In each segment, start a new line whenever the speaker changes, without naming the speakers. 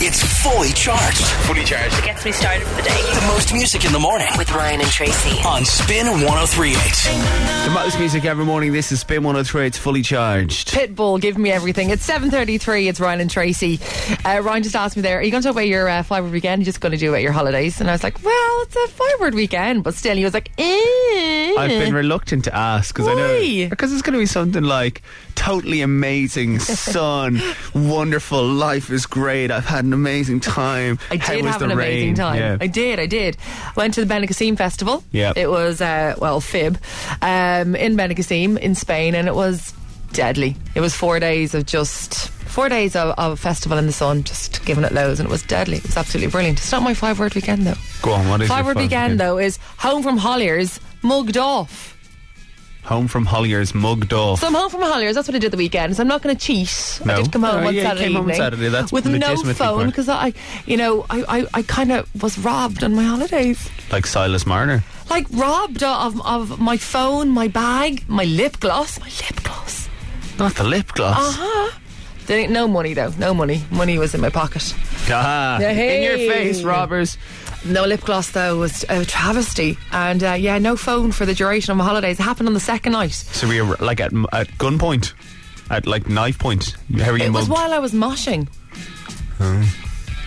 It's fully charged.
Fully charged.
Gets me started for the day
The most music in the morning
with Ryan and Tracy.
on Spin 1038.
The most music every morning. This is Spin 103. It's fully charged.
Pitbull, give me everything. It's 7.33, it's Ryan and Tracy. Uh, Ryan just asked me there, are you going to talk about your uh, five-word weekend? You're just going to do it at your holidays? And I was like, well, it's a five-word weekend. But still, he was like, eh.
I've been reluctant to ask because I know
Why?
because it's going to be something like totally amazing, sun, wonderful, life is great. I've had an amazing time.
I
How
did
was
have
the
an
rain?
amazing time.
Yeah.
I did, I did. Went to the Benicassim Festival.
Yep.
It was, uh, well, fib, um, in Benicassim in Spain, and it was deadly. It was four days of just. Four days of, of festival in the sun, just giving it loads, and it was deadly. It was absolutely brilliant. It's not my five word weekend though.
Go on. What is your
Five word
fun
weekend
weekend?
though is home from Holliers, mugged off.
Home from Holliers, mugged off.
So I'm home from Holliers. That's what I did the weekend. So I'm not going to cheat.
No.
I did come home
Oh,
on
yeah, you
Saturday
came home on
evening
Saturday. That's
with no
legitimately
phone
part.
because I, you know, I, I, I kind of was robbed on my holidays.
like Silas Marner.
Like robbed of of my phone, my bag, my lip gloss, my lip gloss.
Not the lip gloss.
Uh-huh. There ain't no money though. No money. Money was in my pocket.
Ah, in your
Hey.
face, robbers.
No lip gloss though was a travesty. And uh, yeah, no phone for the duration of my holidays. It happened on the second night.
So we were like at at gunpoint, at like knife point. How are you
It was
mugged?
while I was moshing.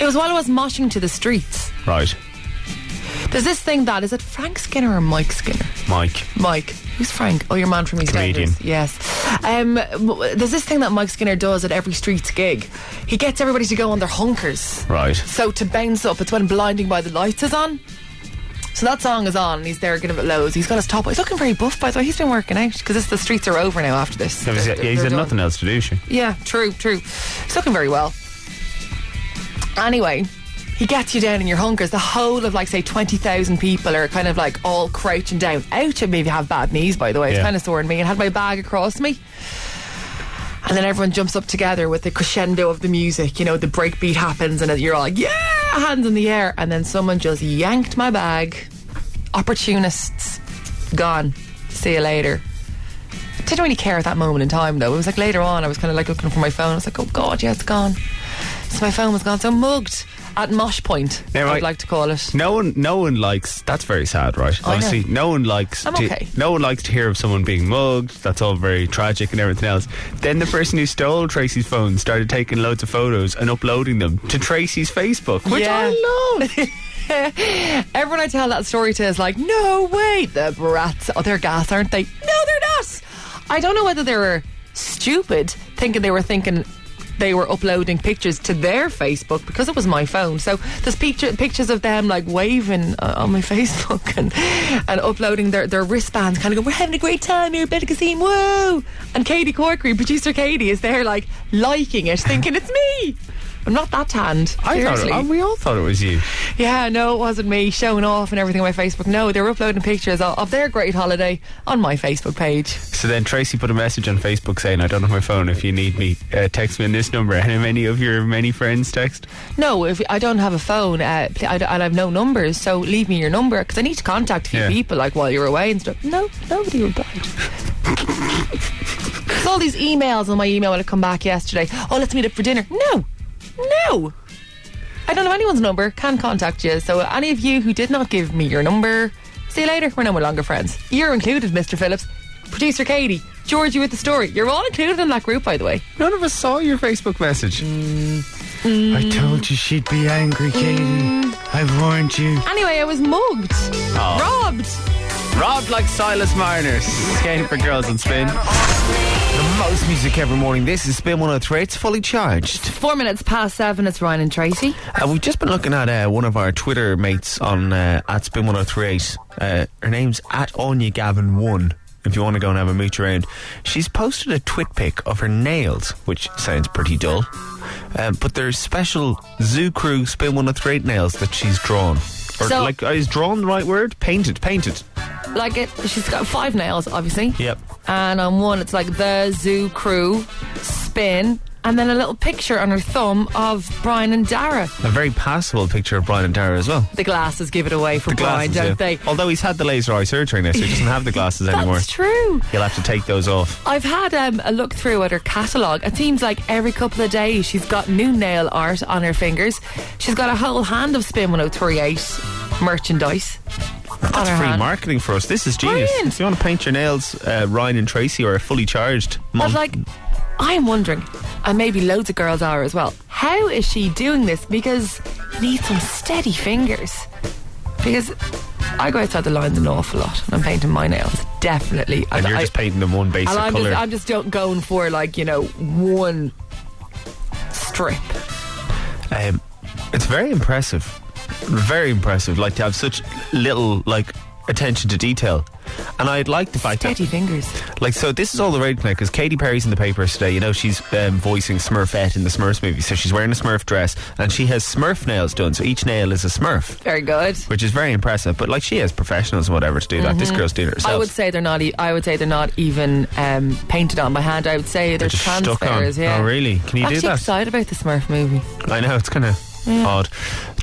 It was while I was moshing to the streets.
Right,
There's this thing that is it Frank Skinner or Mike Skinner?
Mike.
Mike. Who's Frank? Oh, your man from East
Comedian.
Enders. Yes. Um, w- there's this thing that Mike Skinner does at every streets gig. He gets everybody to go on their hunkers.
Right.
So to bounce up, it's when Blinding by the Lights is on. So that song is on, and he's there giving it loads. He's got his top. He's looking very buff, by the way. He's been working out because the streets are over now after this.
Yeah, he's-
They're-
yeah, he's
they're
had
done.
nothing else to do. She.
Yeah, true, true. He's looking very well. Anyway, he gets you down in your hunkers. The whole of, like, say, 20,000 people are kind of like all crouching down. Ouch, I maybe have bad knees, by the way.
Yeah.
It's kind of soring me. And had my bag across me. And then everyone jumps up together with the crescendo of the music. You know, the breakbeat happens, and you're all like, yeah, hands in the air. And then someone just yanked my bag. Opportunists, gone. See you later didn't really care at that moment in time though. It was like later on, I was kind of like looking for my phone. I was like, oh god, yeah, it's gone. So my phone was gone. So mugged at Mosh Point,
Yeah, right.
I'd like to call it.
No one, no one likes. That's very sad, right?
I know.
Honestly, no one likes.
I'm
to,
okay.
No one likes to hear of someone being mugged. That's all very tragic and everything else. Then the person who stole Tracy's phone started taking loads of photos and uploading them to Tracy's Facebook, which
Yeah.
I love.
Everyone I tell that story to is like, no way, the brats. Oh, they're gas, aren't they? No, they're not. I don't know whether they were stupid, thinking they were thinking they were uploading pictures to their Facebook because it was my phone. So there's picture, pictures of them like waving uh, on my Facebook and, and uploading their, their wristbands, kind of go, we're having a great time here, Better Cassim, woo! And Katie Corkery, producer Katie, is there like liking it, thinking it's me. I'm not that tanned.
I thought.
Seriously.
It, we all thought it was you.
Yeah, no, it wasn't me showing off and everything on my Facebook. No, they were uploading pictures of, of their great holiday on my Facebook page.
So then Tracy put a message on Facebook saying, "I don't have my phone. If you need me, uh, text me on this number." And how many of your many friends text?
No, if I don't have a phone, uh, pl- I, I have no numbers, so leave me your number because I need to contact a few
Yeah.
people like while you're away and stuff. No, nobody replied. 'Cause all these emails on my email when I come back yesterday. Oh, let's meet up for dinner. No, no. I don't have anyone's number. Can contact you. So any of you who did not give me your number, see you later. We're no longer friends. You're included, Mr. Phillips, producer Katie, Georgie with the story. You're all included in that group, by the way.
None of us saw your Facebook message. Mm. I told you she'd be angry, Katie. I've warned you.
Anyway, I was mugged, robbed.
Robbed like Silas Marner, skating for girls on spin. The most music every morning. This is Spin 103. It's fully charged.
Four minutes past seven. It's Ryan and Tracy.
Uh, we've just been looking at uh, one of our Twitter mates on uh, at Spin 1038. Uh, her name's at Anya Gavin One. If you want to go and have a mooch around, she's posted a twit pic of her nails, which sounds pretty dull. Um, but they're special Zoo Crew Spin 103 nails that she's drawn. Or,
So-
like, is drawn the right word? Painted, painted.
Like it, she's got five nails, obviously.
Yep.
And on one, it's like the Zoo Crew, Spin, and then a little picture on her thumb of Brian and Dara.
A very passable picture of Brian and Tara as well.
The glasses give it away for
The
Brian,
glasses,
don't
yeah.
Oh, they?
Although he's had the laser eye surgery now, so he doesn't have the glasses anymore.
That's true.
He'll have to take those off.
I've had um, a look through at her catalogue. It seems like every couple of days she's got new nail art on her fingers. She's got a whole hand of Spin 1038 merchandise on
That's
her
free
hand.
marketing for us. This is genius.
Brilliant.
If you want to paint your nails, uh, Ryan and Tracy are fully charged.
But
Mon-
like, I'm wondering, and maybe loads of girls are as well. How is she doing this? Because you need some steady fingers. Because I go outside the lines an awful lot. and I'm painting my nails definitely.
and
I,
you're
I-
just painting them one basic
and I'm
color.
just, I'm just don't going for like you know one strip.
Um, it's very impressive. Very impressive. Like to have such little like attention to detail. And I'd like the fact
Steady
that,
fingers.
like, so this is all the rage now because Katy Perry's in the papers today. You know, she's um, voicing Smurfette in the Smurfs movie, so she's wearing a Smurf dress and she has Smurf nails done. So each nail is a Smurf,
Very good.
which is very impressive. But like, she has professionals and whatever to do that. This girl's doing it herself.
Mm-hmm. I would say they're not. E- I would say they're not even um, painted on by hand. I would say they're,
just stuck on.
transfers. Yeah.
Oh, really? Can you do
Actually
that?
Excited about the Smurf movie.
I know it's kind of odd.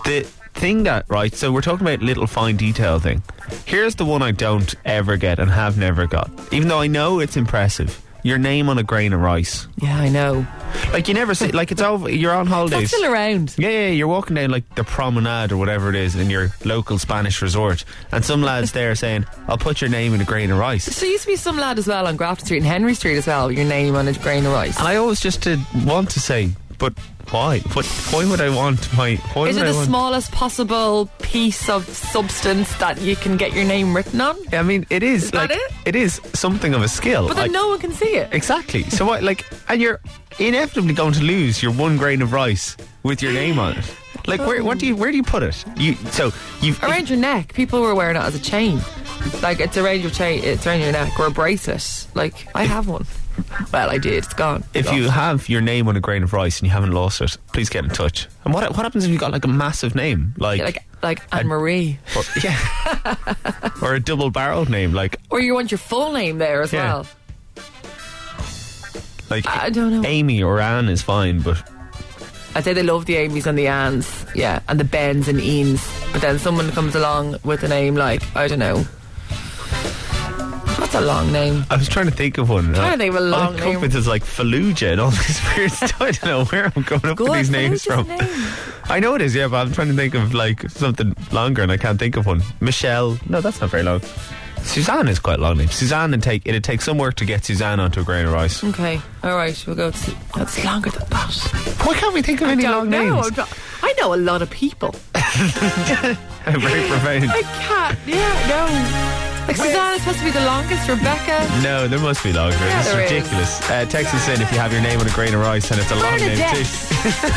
The thing that right, so we're talking about little fine detail thing. Here's the one I don't ever get and have never got, even though I know it's impressive. Your name on a grain of rice,
Yeah, I know.
like you never see, like it's over. You're on
That's
holidays.
still around.
Yeah, yeah, you're walking down like the promenade or whatever it is in your local Spanish resort, and some lads there saying, "I'll put your name in a grain of rice."
So there used to be some lad as well on Grafton Street and Henry Street as well. with Your name on a grain of rice.
And I always just did want to say, but why? But why would I want my? Why
Is
would I
it the
want?
smallest possible piece of substance that you can get your name written on?
I mean, it is,
that
like
it?
it is something of a skill.
But then
like-
no one can see it.
Exactly. So what? Like, and you're inevitably going to lose your one grain of rice with your name on it. Like, where? What do you? Where do you put it? You. So you've.
Around your neck, people were wearing it as a chain. Like it's around your chain, it's around your neck, or a bracelet. Like I have one. Well, I did. It's gone.
If you have your name on a grain of rice and you haven't lost it, please get in touch. And what what happens if you got like a massive name, like,
Yeah, like like Anne Marie,
or, yeah, or a double barreled name, like
or you want your full name there as
Yeah.
well.
like
I don't know.
Amy or Anne is fine, but
I'd say they love the Amy's and the Anns, yeah, and the Bens and Eans. But then someone comes along with a name like, I don't know. That's a long name.
I was trying to think of one.
Trying to think of a long
All I come up
name.
with is like Fallujah and all this weird stuff. I don't know where I'm coming up
Go
with
on,
these names
Fallujah's a
from.
name.
I know it is, yeah, but I'm trying to think of like something longer and I can't think of one. Michelle. No, that's not very long. Suzanne is quite a long name. Suzanne and take it'd take some work to get Suzanne onto a grain of rice.
Okay, all right, we'll go. To, that's longer than that.
Why can't we think of any long
no,
names?
I'm not- I know a lot of people.
very profound.
I can't. Yeah, no. Like Susanna is supposed to be the longest. Rebecca,
No, there must be longer.
Yeah,
it's
there is.
ridiculous. Uh, text us in if you have your name on a grain of rice and it's a long name
Bernadette.
too.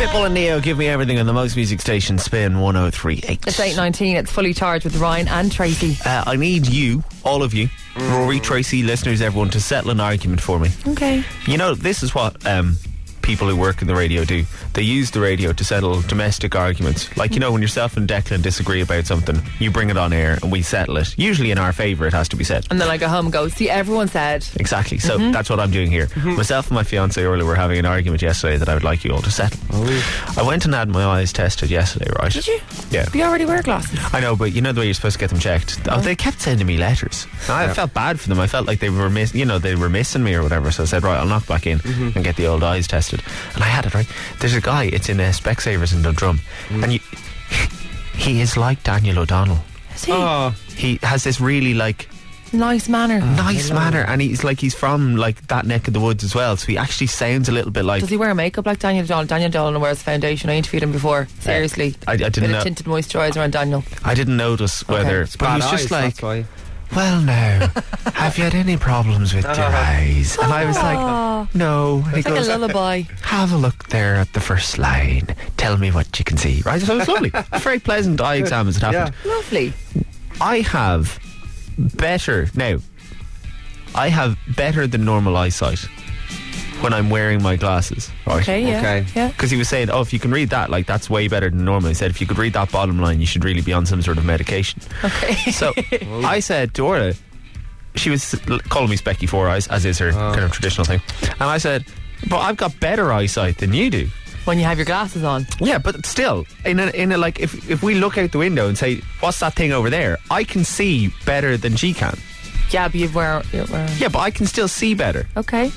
Pitbull and Neo give me everything on the most music station spin 1038.
it's eight nineteen. It's fully charged with Ryan and Tracy.
Uh, I need you, all of you, Rory, Tracy, listeners, everyone, to settle an argument for me.
Okay.
You know, this is what um, people who work in the radio do. They use the radio to settle domestic arguments. Like, you know, when yourself and Declan disagree about something, you bring it on air and we settle it. Usually in our favour, it has to be said.
And then I go home and go. See, everyone said.
Exactly. So
Mm-hmm.
that's what I'm doing here. Myself and my fiance Orla were having an argument yesterday that I would like you all to settle. I went and had my eyes tested yesterday, right?
Oh, Did you?
Yeah.
You already wear glasses.
I know, but you know the way you're supposed to get them checked. Oh, they kept sending me letters. And I felt bad for them. I felt like they were miss, you know, they were missing me or whatever. So I said, right, I'll knock back in
Mm-hmm.
and get the old eyes tested. And I had it right. There's a guy. It's in uh, Specsavers in Dundrum,
Mm-hmm.
and you, he is like Daniel O'Donnell.
Is he?
Oh, He has this really like
Nice manner.
nice manner, and he's like he's from like that neck of the woods as well. So he actually sounds a little bit like.
Does he wear makeup like Daniel Dolan? Daniel Dolan wears foundation. I interviewed him before. Seriously.
I- I didn't
Bit
know-
of tinted moisturizer on Daniel.
I didn't notice whether,
It's
but he was just like. Well, no. Have you had any problems with your eyes? And I was
Uh-huh. Aw.
like, no. And he
It's like a
goes,
lullaby.
have a look there at the first line. Tell me what you can see. Right? So it's lovely. Very pleasant eye exam as it happened.
Lovely.
I have better, now, I have better than normal eyesight when I'm wearing my glasses. Right?
Okay, yeah.
Okay.
Yeah.
Because he was saying, oh, if you can read that, like, that's way better than normal. He said, if you could read that bottom line, you should really be on some sort of medication.
Okay.
So I said to Orla, she was l- calling me Specky Four Eyes, as is her kind of traditional thing. And I said, but I've got better eyesight than you do.
when you have your glasses on.
Yeah, but still, in a, in a, like if if we look out the window and say, "What's that thing over there?" I can see better than she can.
Yeah, but you wear. You're wearing.
Yeah, but I can still see better.
Okay.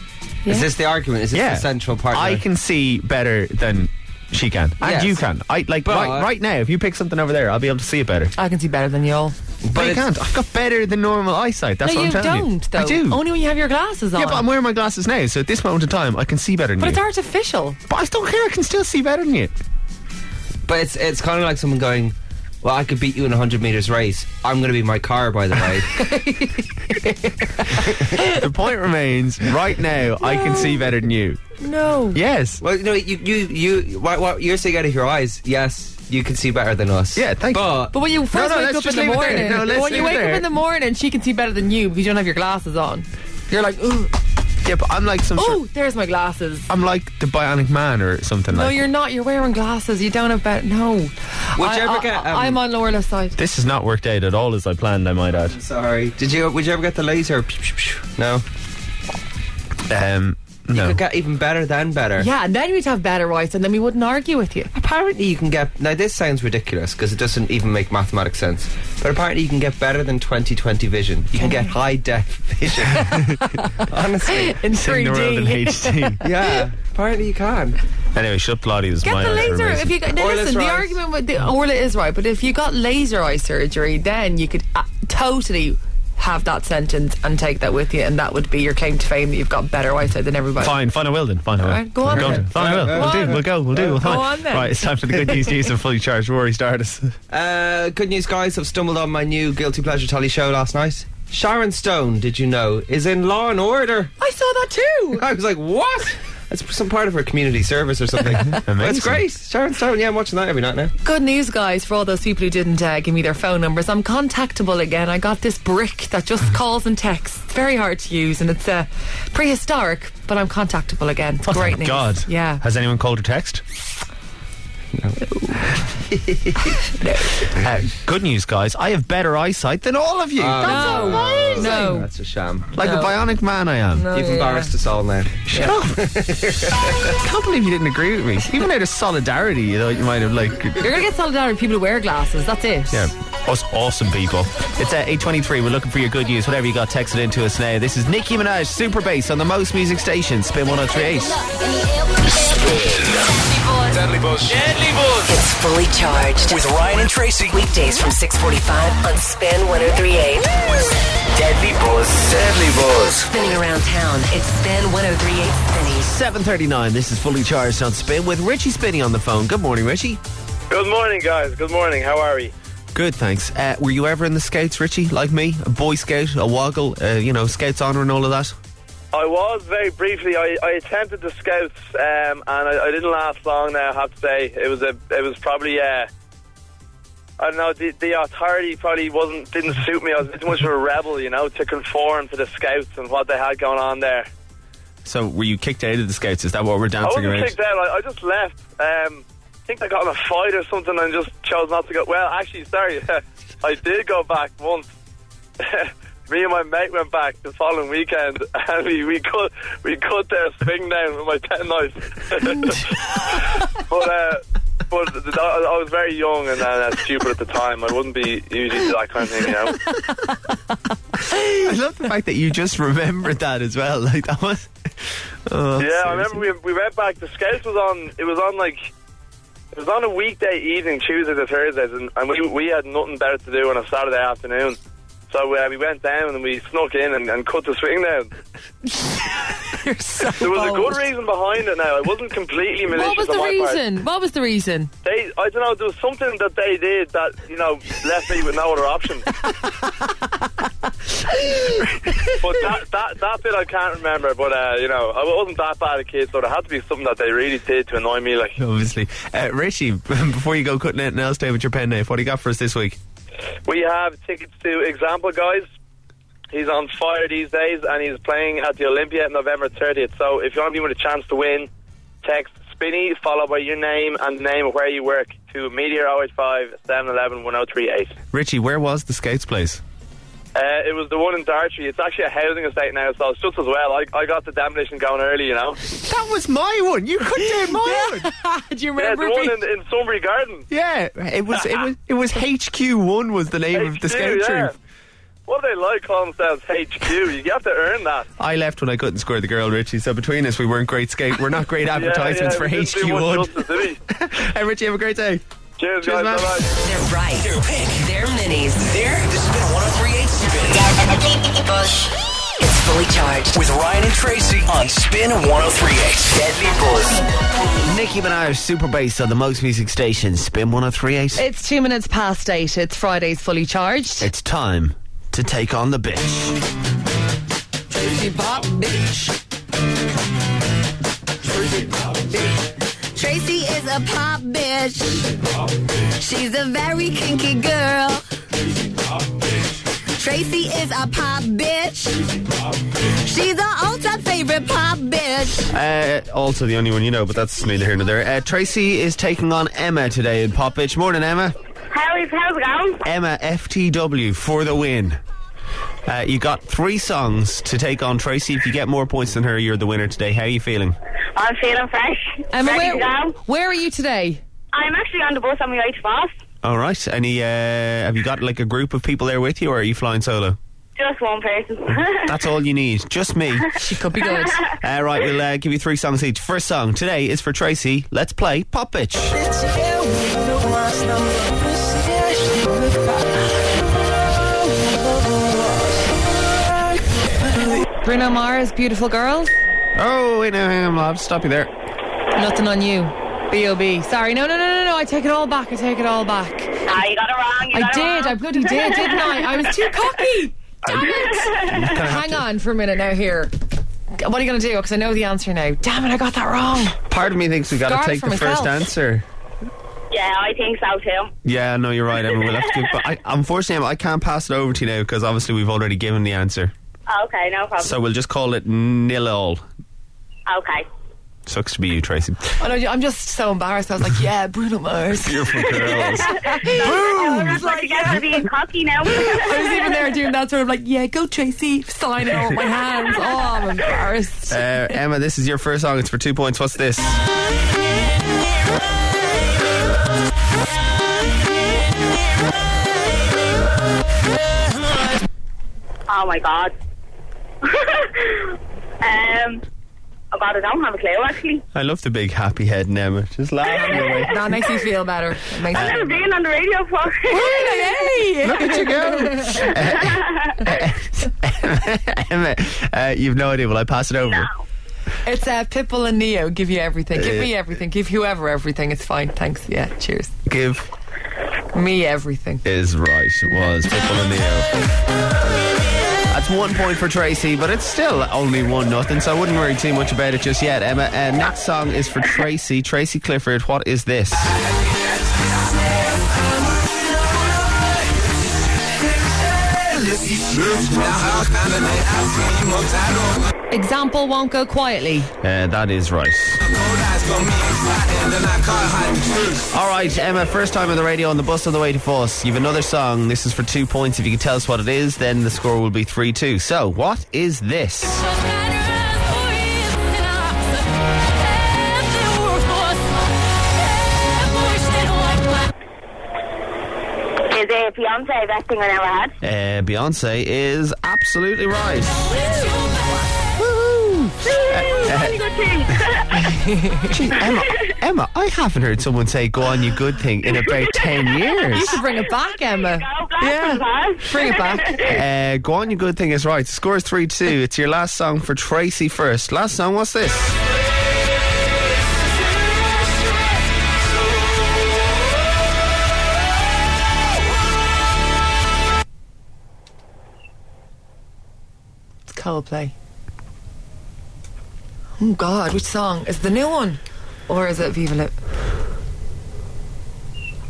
Yeah.
Is this the argument? Is this
yeah,
the central part?
I
now?
can see better than she can, and
Yes.
you can. I like
But-
right, right now. If you pick something over there, I'll be able to see it better.
I can see better than you all.
But I
it's-
can't. I've got better than normal eyesight. That's
no,
what
you
I'm telling
don't.
you.
Though.
I do.
Only when you have your glasses on.
yeah, but I'm wearing my glasses now, so at this moment in time, I can see better than
But
you.
it's artificial.
but I don't care. I can still see better than you.
But it's it's kind of like someone going, "Well, I could beat you in a hundred meters race. I'm going to be my car, by the way."
the point remains. Right now, I can see better than you.
No.
Yes.
well, no, you you you what, what you're saying out of your eyes? Yes, you can see better than us.
Yeah, thank you.
but,
But when you first
no,
wake
let's
up in
just
the
leave it there.
morning,
No, let's
when you
leave it
wake
there.
up in the morning, she can see better than you because you don't have your glasses on. You're like, ooh,
Yeah, but I'm like some. Sort,
ooh, there's my glasses.
I'm like the Bionic Man or something
No,
like.
you're not. You're wearing glasses. You don't have better. No.
Whichever
I, I,
get, um,
I'm on Lorla's side.
this has not worked out at all as I planned. I might add.
Sorry. Did you? Would you ever get the laser? Psh, psh, psh. No.
Um, no.
Could get even better than better.
Yeah, and then we'd have better rights, and then we wouldn't argue with you.
Apparently, you can get. Now, this sounds ridiculous because it doesn't even make mathematic sense. But apparently, you can get better than 2020 vision. You can get high def vision. Honestly.
In
Seeing the world in
3D.
HD.
Yeah. Apparently, you can.
anyway, shut up, Lottie. Is my eyes
Get the
are
laser.
amazing.
If you got, now
Orla's
listen, the
right.
argument with the Orla is right, but if you got laser eye surgery, then you could uh, totally have that sentence and take that with you, and that would be your claim to fame that you've got better eyesight than everybody.
Fine, fine, I will then. Fine, I will.
Alright, go on
Go
then.
Fine, I will.
Go
we'll
on.
do. We'll go. We'll do. We'll
Go
fine.
on then.
Right, it's time for the good news news and fully charged. Rory, start us.
Uh, good news, guys. I've stumbled on my new Guilty Pleasure Tally show last night. Sharon Stone, did you know, is in Law and Order.
I saw that too.
I was like, what? That's some part of her community service or something. That's
Amazing.
great. Sharon Stone, yeah, I'm watching that every night now.
Good news, guys, for all those people who didn't uh, give me their phone numbers. I'm contactable again. I got this brick that
Mm.
just calls and texts. It's very hard to use, and it's uh, prehistoric, but I'm contactable again. It's
Oh,
great
thank
news.
God.
Yeah.
Has anyone called or text? No. Uh, good news, guys. I have better eyesight than all of you.
That's amazing. No.
Um, That's a sham.
like
Uh, no.
a bionic man, I am.
No,
You've
yeah.
embarrassed us all now.
Shut up. I can't believe you didn't agree with me. Even out of solidarity, you thought you might have like.
You're gonna get solidarity with people who wear glasses. That's it.
Yeah, us awesome people. It's at 823. We're looking for your good news. Whatever you got, text it into us now. This is Nicki Minaj, Super Bass on the Most Music Station, Spin 1038.
It's fully charged.
With Ryan and Tracy.
Weekdays from 645 on oh Spin 1038.
Deadly Buzz. Deadly Buzz.
Spinning around town, it's oh Spin 1038 Spinny.
739. This is fully charged on Spin with Richie Spinney on the phone. Good morning, Richie.
Good morning, guys. Good morning. How are we?
Good, thanks. Uh, were you ever in the Scouts, Richie? Like me, a Boy Scout, a Woggle, uh, you know, Scouts Honor and all of that.
I was very briefly. I, I attempted the scouts, um, and I, I didn't last long. Now I have to say it was a it was probably uh, I don't know the, the authority probably wasn't didn't suit me. I was too much of a rebel, you know, to conform to the scouts and what they had going on there.
So, were you kicked out of the Scouts? Is that what we're
I
dancing
wasn't
around?
kicked out. I, I just left. Um, I think I got in a fight or something and just chose not to go. Well, actually, sorry, I did go back once. Me and my mate went back the following weekend, and we, we cut we cut their swing down with my ten knife. but uh, but th- I, I was very young and uh, stupid at the time. I wouldn't be usually do that kind of thing, you know.
I love the fact that you just remembered that as well. Like that was. Oh,
Yeah, I remember we, we went back. The Scouts was on. It was on like it was on a weekday evening, Tuesday to Thursdays, and, and we we had nothing better to do on a Saturday afternoon. So uh, we went down and we snuck in and, and cut the swing down.
You're so
There was a
bold.
good reason behind it. Now it wasn't completely malicious.
What was
on
the
my Part.
reason? What was the reason?
They, I don't know. There was something that they did that you know left me with no other option. but that, that that bit I can't remember. But uh, you know, I wasn't that bad a kid, so there had to be something that they really did to annoy me. Like.
Obviously, uh, Richie. Before you go cutting anything else down with your pen knife, what do you got for us this week?
We have tickets to Example Guys. He's on fire these days and he's playing at the Olympia November 30th. So if you want to be with a chance to win, text Spinny followed by your name and the name of where you work to Meteor 085 711 1038.
Richie, where was the Scouts place?
Uh, it was the one in Dartry. It's actually a housing estate now, so it's just as well. I, I got the demolition going early, you know.
That was my one. You could do my one.
Do you
Yeah,
remember?
the one
being-
in, in Sunbury Gardens.
Yeah, it was it was it was HQ one was the name of the scout
HQ, yeah.
troop.
What do they like calling themselves HQ? You have to earn that.
I left when I couldn't score the girl, Richie. So between us, we weren't great skate. We're not great
Yeah,
advertisements
yeah, we didn't
for
do
HQ
much
one.
justice, did we?
hey, Richie, have a great day.
Cheers,
Cheers,
guys.
man.
Bye-bye.
They're right.
Their pick.
They're minis.
There, the Spin 1038 Spin.
It's fully charged.
With Ryan and Tracy on Spin 1038. Deadly Bulls.
Nicki Minaj, super bass on the most music station, Spin 1038.
It's two minutes past eight. It's Friday's fully charged.
It's time to take on the bitch.
Tracy is a pop bitch. She's a very kinky girl. Tracy is a pop bitch. She's a ultra favorite pop bitch.
Uh, also, the only one you know, but that's neither here nor there. Uh, Tracy is taking on Emma today in Pop Bitch. Morning, Emma.
How is how's it going?
Emma, FTW for the win. Uh, you got three songs to take on Tracy. If you get more points than her, you're the winner today. How are you feeling?
I'm feeling fresh.
Emma,
ready to
where,
go.
where are you today?
I'm actually on the bus on my way to Bath.
All right. Any? Uh, have you got like a group of people there with you, or are you flying solo?
Just one person.
That's all you need. Just me.
She could be good.
All right, we'll uh, give you three songs each. First song today is for Tracy. Let's play Pop Bitch.
Bruno Mars, beautiful girl.
Oh, wait, no, hang on, I'll stop you there.
Nothing on you. B.O.B. Sorry, no, no, no, no, no. I take it all back. I take it all back.
Ah, you got it wrong. You
I
got it
did. I
wrong.
bloody did, didn't I? I was too cocky. Damn it. Hang on for a minute now here. What are you going to do? Because I know the answer now. Damn it, I got that wrong.
Part of me thinks we got
Scarred
to take
for
the
myself.
first answer.
Yeah, I think so too.
Yeah, no, you're right, Emma. We'll have to give, but I, unfortunately, Emma, I can't pass it over to you now because obviously we've already given the answer.
Okay, no problem.
So we'll just call it nil all.
okay.
Sucks to be you, Tracy.
And I, I'm just so embarrassed. I was like, yeah, Bruno Mars.
Beautiful girls.
I was like, yeah. you're being cocky now.
I was even there doing that sort of like, yeah, go Tracy, sign it all with my hands. Oh, I'm embarrassed.
Uh, Emma, this is your first song. It's for two points. What's this?
oh my god. um, oh god, I don't have a clue actually.
I love the big happy head, in Emma. Just laugh your way.
That makes me feel better. It makes
I've never
me
been on the radio before.
Hey!
Look at you go. Emma, uh, you've no idea. Will I pass it over?
It's uh, Pitbull and Neo. Give you everything. Give me everything. Give whoever everything. It's fine. Thanks. Yeah. Cheers.
Give
Me everything.
is right. It was Pitbull and Neo. That's one point for Tracy, but it's still only one nothing, so I wouldn't worry too much about it just yet, Emma. Uh, next song is for Tracy. Tracy Clifford, what is this?
Example won't go quietly.
Uh, that is right. All right, Emma, first time on the radio on the bus on the way to Foss. You've another song. This is for two points. If you can tell us what it is, then the score will be 3 2. So, what is this?
Is it Beyonce best thing I ever had?
Uh, Beyonce is absolutely right.
Only good thing.
Gee, Emma, Emma, I haven't heard someone say "Go on, you good thing" in about ten years.
You should bring it back, Emma.
Go
Yeah.
Blast and Pass.
Bring it back.
Uh, "Go on, you good thing" is right. The score is three two. It's your last song for Tracy. First, last song. What's this?
It's Coldplay. Oh God, which song? Is it the new one, or is it Viva La?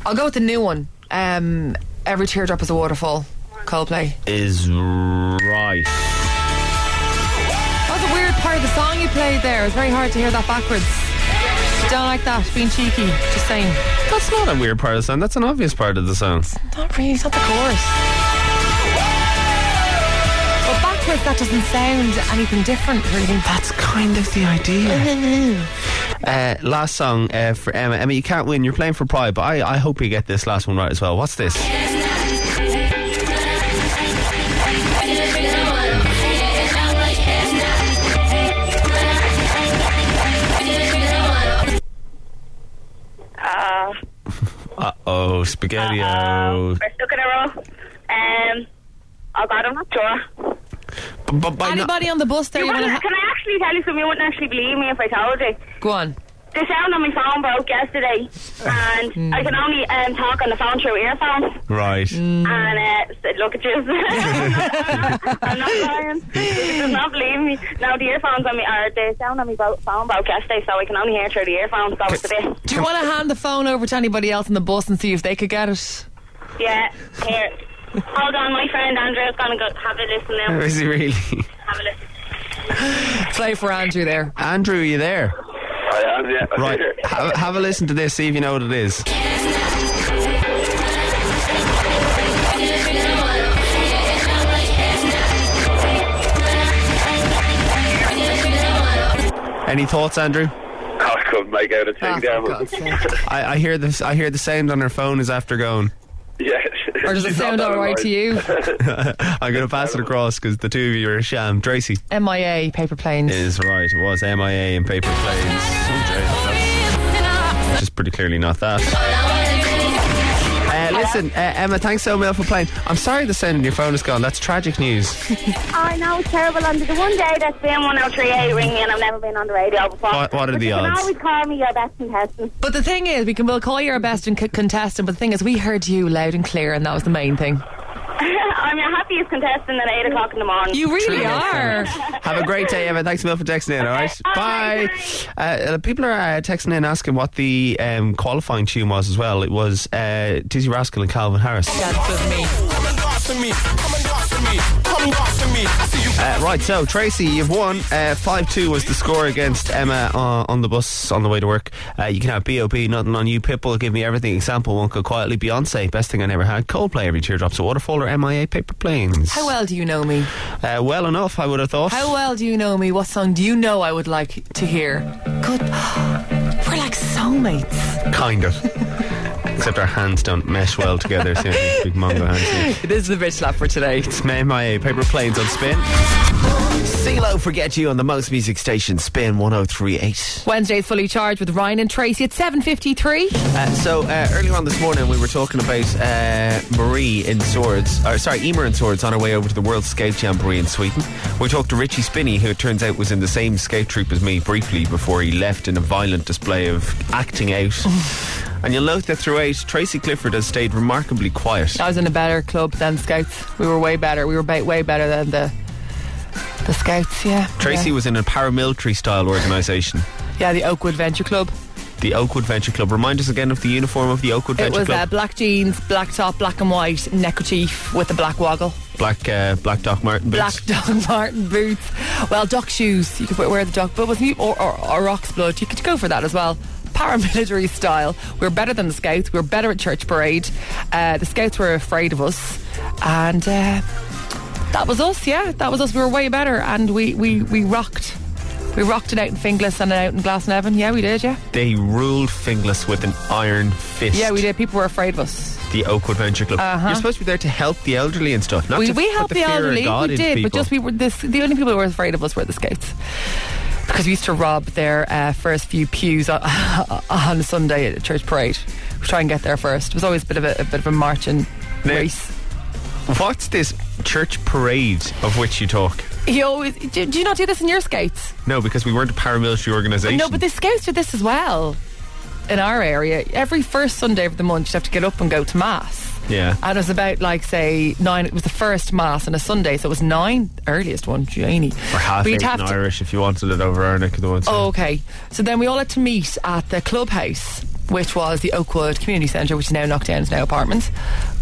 I'll go with the new one. Um, Every teardrop is a waterfall. Coldplay.
Is right.
That was a weird part of the song you played there. It was very hard to hear that backwards. Don't like that. Being cheeky. Just saying.
That's not a weird part of the song. That's an obvious part of the song.
Not really. It's not the chorus. backwards, that doesn't sound anything different, really.
That's kind of the idea. uh, last song uh, for Emma. Emma, you can't win. You're playing for pride, but I, I hope you get this last one right as well. What's this?
Uh,
Uh oh, spaghetti.
uh, we're stuck in a row. Um, oh God, I'm not sure.
But by not-
Anybody on the bus there
You
you want to
wouldn't,
ha-
can I actually tell you something? You wouldn't actually believe me if I told you.
go on?
The sound on my phone broke yesterday, and I can only um, talk on the phone through earphones.
right.
And uh, said, look at you. I'm not lying. You does not believe me. Now the earphones on me are the sound on my bo- phone broke yesterday, so I can only hear through the earphones. So it's a bit.
Do you want to hand the phone over to anybody else in the bus and see if they could get it?
Yeah, here. Hold on, my friend Andrew's gonna go have a listen now.
Or is he really?
Have a listen.
Play for Andrew there.
Andrew, are you there?
I am, yeah.
Right. have, have a listen to this, see if you know what it is. Any thoughts, Andrew?
I couldn't make out a thing
Ah,
there.
for God's sake.
I, I hear this. I hear the sound on her phone is after going.
Yeah.
Or does it sound all right to you?
I'm going to pass it across because the two of you are a
Um,
sham. Tracy
MIA, paper planes.
is right. It was MIA and paper planes. Just pretty clearly not that. Uh, listen, uh, Emma, thanks so much for playing. I'm sorry the sound on your phone is gone. That's tragic news.
I know it's terrible. And the one oh day that's been 1038 ringing, and I've never been on the radio before.
What- what are
But
the
you
odds?
Can always call me your best contestant.
But the thing is, we can we'll call you our best in c- contestant. But the thing is, we heard you loud and clear, and that was the main thing.
I'm your happiest contestant at eight o'clock in the morning.
You really are.
Have a great day, Emma. Thanks so much for texting in, all right?
Okay,
Bye. Uh, uh, people are uh, texting in asking what the um, qualifying tune was as well. It was uh, Dizzy Rascal and Calvin Harris.
Dance with me.
Uh, right, so Tracy, you've won. Uh, 5 2 was the score against Emma uh, on the bus on the way to work. Uh, you can have BOP, Nothing on You, Pitbull, Give Me Everything, Example, Won't Go Quietly, Beyonce, Best Thing I Never Had, Coldplay, Every Teardrop's a Waterfall, or MIA Paper Planes.
How well do you know me?
Uh, well enough, I would have thought.
How well do you know me? What song do you know I would like to hear? Good. We're like soulmates.
Kind of. Except our hands don't mesh well together. so big mongo hands.
It is the bitch slap for today.
It's MIA Paper Planes on Spin. CeeLo Forget You on the most music station, Spin 1038.
Wednesday's fully charged with Ryan and Tracy at 7.53.
Uh, so uh, earlier on this morning, we were talking about uh, Marie in Swords, or sorry, Emer in Swords, on her way over to the World Skate Jamboree in Sweden. We talked to Richie Spinney, who it turns out was in the same skate troop as me briefly before he left in a violent display of acting out. and you'll note that throughout, Tracy Clifford has stayed remarkably quiet.
I was in a better club than Scouts. We were way better. We were ba- way better than the the Scouts, yeah.
Tracy
Yeah,
was in a paramilitary style organisation.
yeah the Oakwood Venture Club.
The Oakwood Venture Club. Remind us again of the uniform of the Oakwood
It
Venture
was uh,
Club.
black jeans, black top, black and white, neckerchief with a black woggle.
black, uh, black Doc Martin boots.
Black Doc Martin boots. Well, Doc shoes. You could wear the Doc, but was me or, or, or Oxblood. You could go for that as well. Paramilitary style. We were better than the Scouts. We were better at church parade. Uh, the Scouts were afraid of us, and uh, that was us. Yeah, that was us. We were way better, and we we we rocked. We rocked it out in Finglas and out in Glasnevin. Yeah, we did. Yeah,
They ruled Finglas with an iron fist.
yeah, we did. People were afraid of us.
the Oakwood Venture Club.
Uh-huh.
You're supposed to be there to help the elderly and stuff. Not
we
to
we
put
helped the,
fear of
elderly.
God
we
into
did,
people.
but just we were this. The only people who were afraid of us were the scouts because we used to rob their uh, first few pews on, on Sunday at church parade. We try and get there first. It was always a bit of a, a bit of a marching
Now-
race.
What's this church parade of which you talk?
You always do, do. you not do this in your scouts?
No, because we weren't a paramilitary organisation.
No, but the scouts do this as well. In our area, every first Sunday of the month, you have to get up and go to mass.
Yeah.
And it was about like say nine. It was the first mass on a Sunday, so it was nine earliest one, Janie.
or half
But you'd
eight
to-
in Irish if you wanted it over our neck of the woods.
Oh, okay. So then we all had to meet at the clubhouse, which was the Oakwood Community Centre, which is now knocked down, it's now apartments.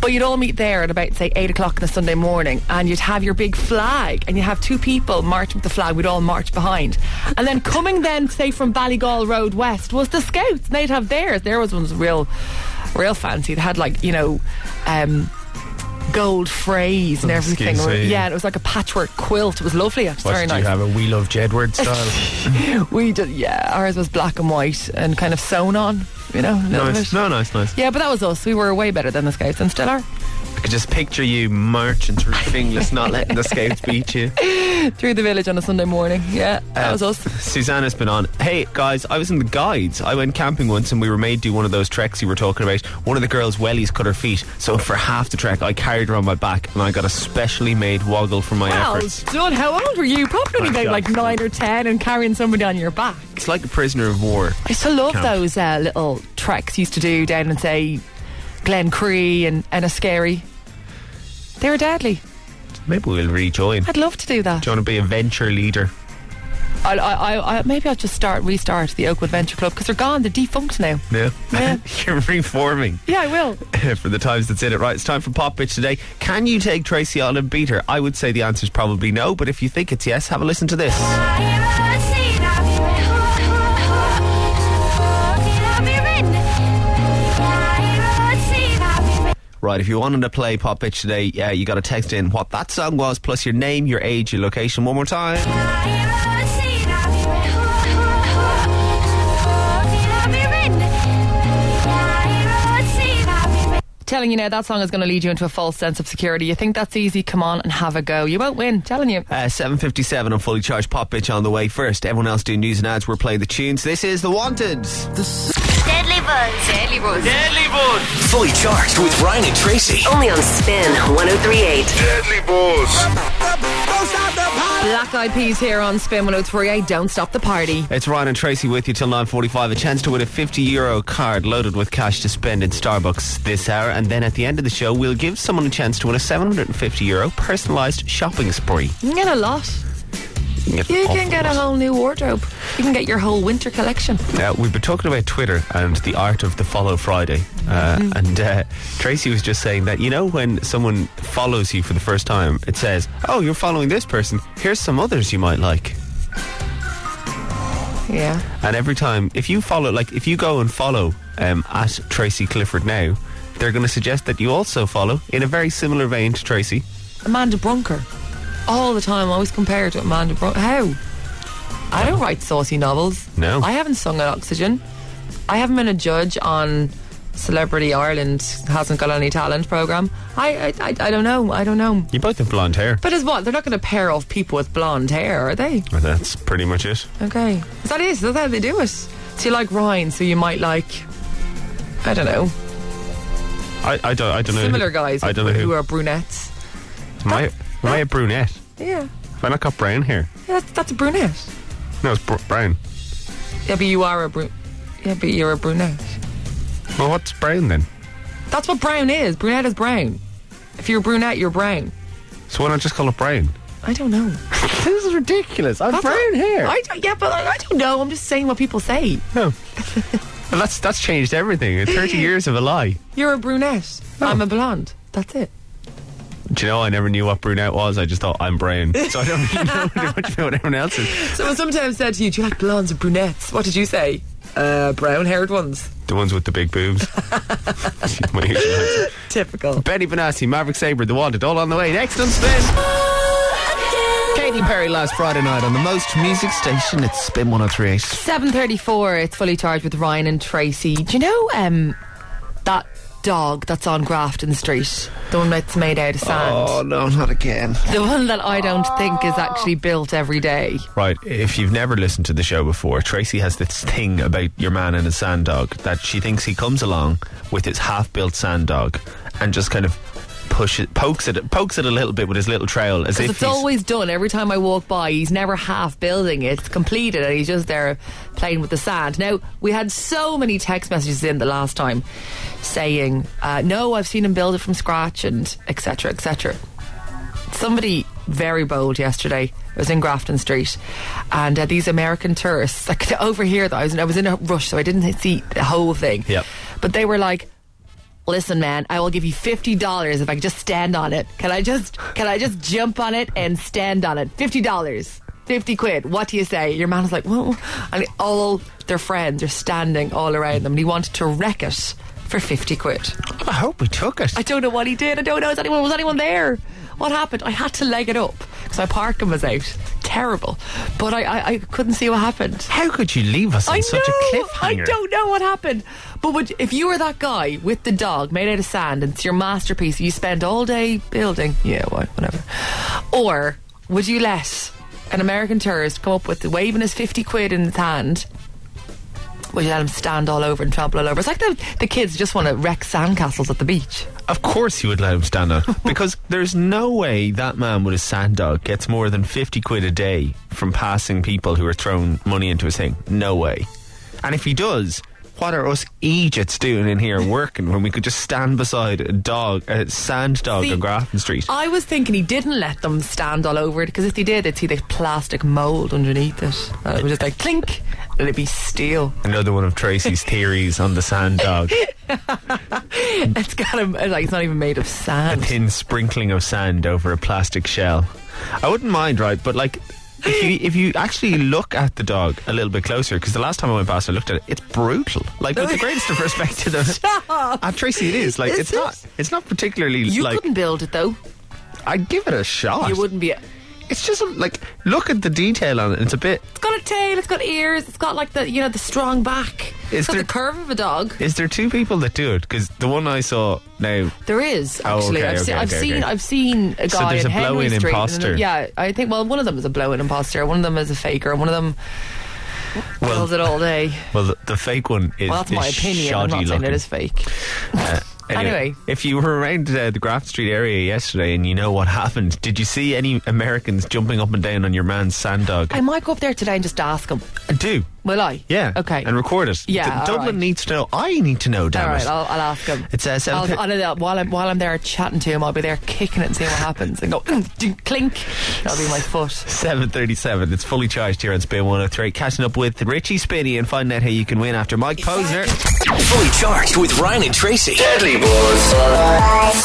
But you'd all meet there at about, say, 8 o'clock on a Sunday morning, and you'd have your big flag, and you'd have two people march with the flag. We'd all march behind. And then coming then, say, from Ballygall Road West was the Scouts, and they'd have theirs. There was ones real, real fancy. They had, like, you know, um, gold phrase and everything.
excuse me.
Yeah, and it was like a patchwork quilt. It was lovely. It was
What
very
did
nice.
you have? A We Love Jedward style?
We did, yeah. Ours was black and white and kind of sewn on, you know. a little
nice.
bit.
No, nice, nice.
Yeah, but that was us. We were way better than the Scouts and still are.
I could just picture you marching through fingless, not letting the scouts beat you.
Through the village on a Sunday morning. Yeah, that
Uh,
was us.
Susanna's been on. Hey guys, I was in the guides. I went camping once and we were made do one of those treks you were talking about. One of the girls' wellies cut her feet, so for half the trek I carried her on my back and I got a specially made woggle for my
Well
efforts.
done. How old were you? Probably about
God.
like nine or ten and carrying somebody on your back.
It's like a prisoner of war.
I still love
Camp.
those uh, little treks you used to do down in, say, Glen Cree and, and Ascari. They were deadly.
Maybe we'll rejoin.
I'd love to do that.
Do you want to be a venture leader?
I, I, I, I, maybe I'll just start, restart the Oakwood Venture Club because they're gone. They're defunct now.
Yeah.
Yeah.
You're reforming
Yeah, I will.
for the times that's in it. Right, it's time for Pop Bitch today. Can you take Tracy on and beat her? I would say the answer's probably no, but if you think it's yes, have a listen to this. Right, if you wanted to play Pop Bitch today, yeah, you got to text in what that song was, plus your name, your age, your location. One more time.
Telling you now, that song is going to lead you into a false sense of security. You think that's easy? Come on and have a go. You won't win. Telling you.
Uh, 7.57 on Fully Charged Pop Bitch on the way first. Everyone else doing news and ads, we're playing the tunes. This is The Wanteds.
Deadly Buzz. Deadly Buzz.
Fully charged with Ryan and Tracy.
Only on oh Spin 1038.
Deadly Boys.
Black Eyed Peas here on Spin 1038. Don't stop the party.
It's Ryan and Tracy with you till 9.45. A chance to win a 50 euro card loaded with cash to spend in Starbucks this hour. And then at the end of the show, we'll give someone a chance to win a 750 euro personalised shopping spree.
You can get a lot.
You get
You
an
can
awful
get a
lot.
whole new wardrobe. You can get your whole winter collection.
Uh, we've been talking about Twitter and the art of the follow Friday, uh,
Mm-hmm.
and uh, Tracy was just saying that you know when someone follows you for the first time, it says, "Oh, you're following this person. Here's some others you might like."
Yeah.
And every time, if you follow, like if you go and follow um, at Tracy Clifford now, they're going to suggest that you also follow in a very similar vein to Tracy.
Amanda Brunker. All the time, I always compare her to Amanda Brunker. How? I don't write saucy novels.
No.
I haven't sung at Oxygen. I haven't been a judge on Celebrity Ireland hasn't got any talent program. I I, I, I don't know. I don't know.
You both have blonde hair.
But as what? They're not going to pair off people with blonde hair, are they?
Well, that's pretty much it.
Okay. Is that it? Is that how they do it? So you like Ryan, so you might like. I don't know.
I, I don't. I don't know. who-
Similar guys
I don't know
who
who.
are brunettes.
Am I, am I a brunette?
Yeah.
Have I not got brown hair?
Yeah, that's, that's a brunette.
No, it's br- brown.
Yeah, but you are a brunette. Yeah, but you're a brunette.
Well, what's brown then?
That's what brown is. Brunette is brown. If you're a brunette, you're brown.
So why not just call it brown?
I don't know.
This is ridiculous. I've brown hair.
I don't, yeah, but I, I don't know. I'm just saying what people say.
Well, that's that's changed everything. Thirty years of a lie.
You're a brunette.
Oh.
I'm a blonde. That's it.
Do you know? I never knew what brunette was. I just thought I'm brown. So I don't really know too much about what everyone else is.
Someone sometimes said to you, "Do you like blondes or brunettes?" What did you say? Uh, brown-haired ones.
The ones with the big boobs. My usual answer.
Typical.
Benny Benassi, Maverick Sabre, The Wanted, all on the way. Next on Spin. Katy Perry last Friday night on the most music station. It's Spin 103.8.
7:34. It's fully charged with Ryan and Tracy. Do you know um that dog that's on Grafton Street? The one that's made out of sand.
Oh no, not again.
The one that I don't think is actually built every day.
Right, if you've never listened to the show before, Tracy has this thing about your man and his sand dog that she thinks he comes along with his half-built sand dog and just kind of push it, pokes it, pokes it a little bit with his little trowel as if
Because it's
he's-
always done. Every time I walk by, he's never half building it. It's completed and he's just there playing with the sand. Now, we had so many text messages in the last time saying, uh, no, I've seen him build it from scratch and etc. etc. Somebody very bold yesterday was in Grafton Street, and uh, these American tourists, like over here, though, I was, in- I was in a rush, so I didn't see the whole thing.
Yep.
But they were like, Listen, man, I will give you fifty dollars if I can just stand on it. Can I just can I just jump on it and stand on it? Fifty dollars. Fifty quid. What do you say? Your man is like, whoa. And all their friends are standing all around them and he wanted to wreck it. for 50 quid.
I hope we took it.
I don't know what he did. I don't know. Is anyone was anyone there? What happened? I had to leg it up because my parking was out. Terrible, but I, I, I couldn't see what happened.
How could you leave us on
I
such a
know.
cliffhanger?
I don't know what happened. But would, if you were that guy with the dog made out of sand and it's your masterpiece you spend all day building, yeah, wha- whatever. Or would you let an American tourist come up with waving his 50 quid in his hand? Would you let him stand all over and trample all over? It's like the, the kids just want to wreck sandcastles at the beach.
Of course you would let him stand on. because there's no way that man with a sand dog gets more than 50 quid a day from passing people who are throwing money into his thing. No way. And if he does, what are us Egypts doing in here working when we could just stand beside a dog, a sand dog
See,
on Grafton Street?
I was thinking he didn't let them stand all over it because if they did, they'd see the plastic mould underneath it. And it would just like clink, and it'd be steel.
Another one of Tracy's theories on the sand dog.
It's got a, like it's not even made of
a
sand.
thin sprinkling of sand over a plastic shell. I wouldn't mind, right? But like, if you if you actually look at the dog a little bit closer, because the last time I went past, I looked at it. It's brutal. Like with the greatest of respect to the.
Ah,
Ah, Tracy, it is like
Is
it's
it?
not. It's not particularly
you
like.
couldn't build it though.
I'd give it a shot.
You wouldn't be.
It's just like look at the detail on it. It's a bit.
It's got a tail. It's got ears. It's got like the you know the strong back.
Is
it's got
there-
the curve of a dog.
Is there two people that do it? Because the one I saw now,
There is
Oh,
actually.
okay,
I've,
okay,
seen, I've
okay,
seen.
okay.
I've seen a guy
So there's
in
a
Henry
blow-in
Street. and
imposter.
yeah, I think. Well, one of them is a blow-in imposter. One of them is a faker. And one of them
well,
builds it all day.
well, the, the fake one is.
Well, that's
is
my opinion. I'm
Shoddy
not saying
looking.
it is fake. Anyway.
if you were around uh, the Graft Street area yesterday and you know what happened, did you see any Americans jumping up and down on your man's sand dog?
I might go up there today and just ask him.
I do.
Will I?
Yeah.
Okay.
And record it.
Yeah,
D-
all right.
Dublin needs to know. I need to know, damn
All right,
it.
I'll, I'll ask him.
It's, uh, seven
I'll,
thir-
I'll do that while I'm while I'm there chatting to him. I'll be there kicking it and seeing what happens, and go dink, clink. That'll be my foot.
737. It's fully charged here on Spin 103. Catching up with Richie Spinney and finding out how you can win after Mike Posner.
Fully charged with Ryan and Tracy. Deadly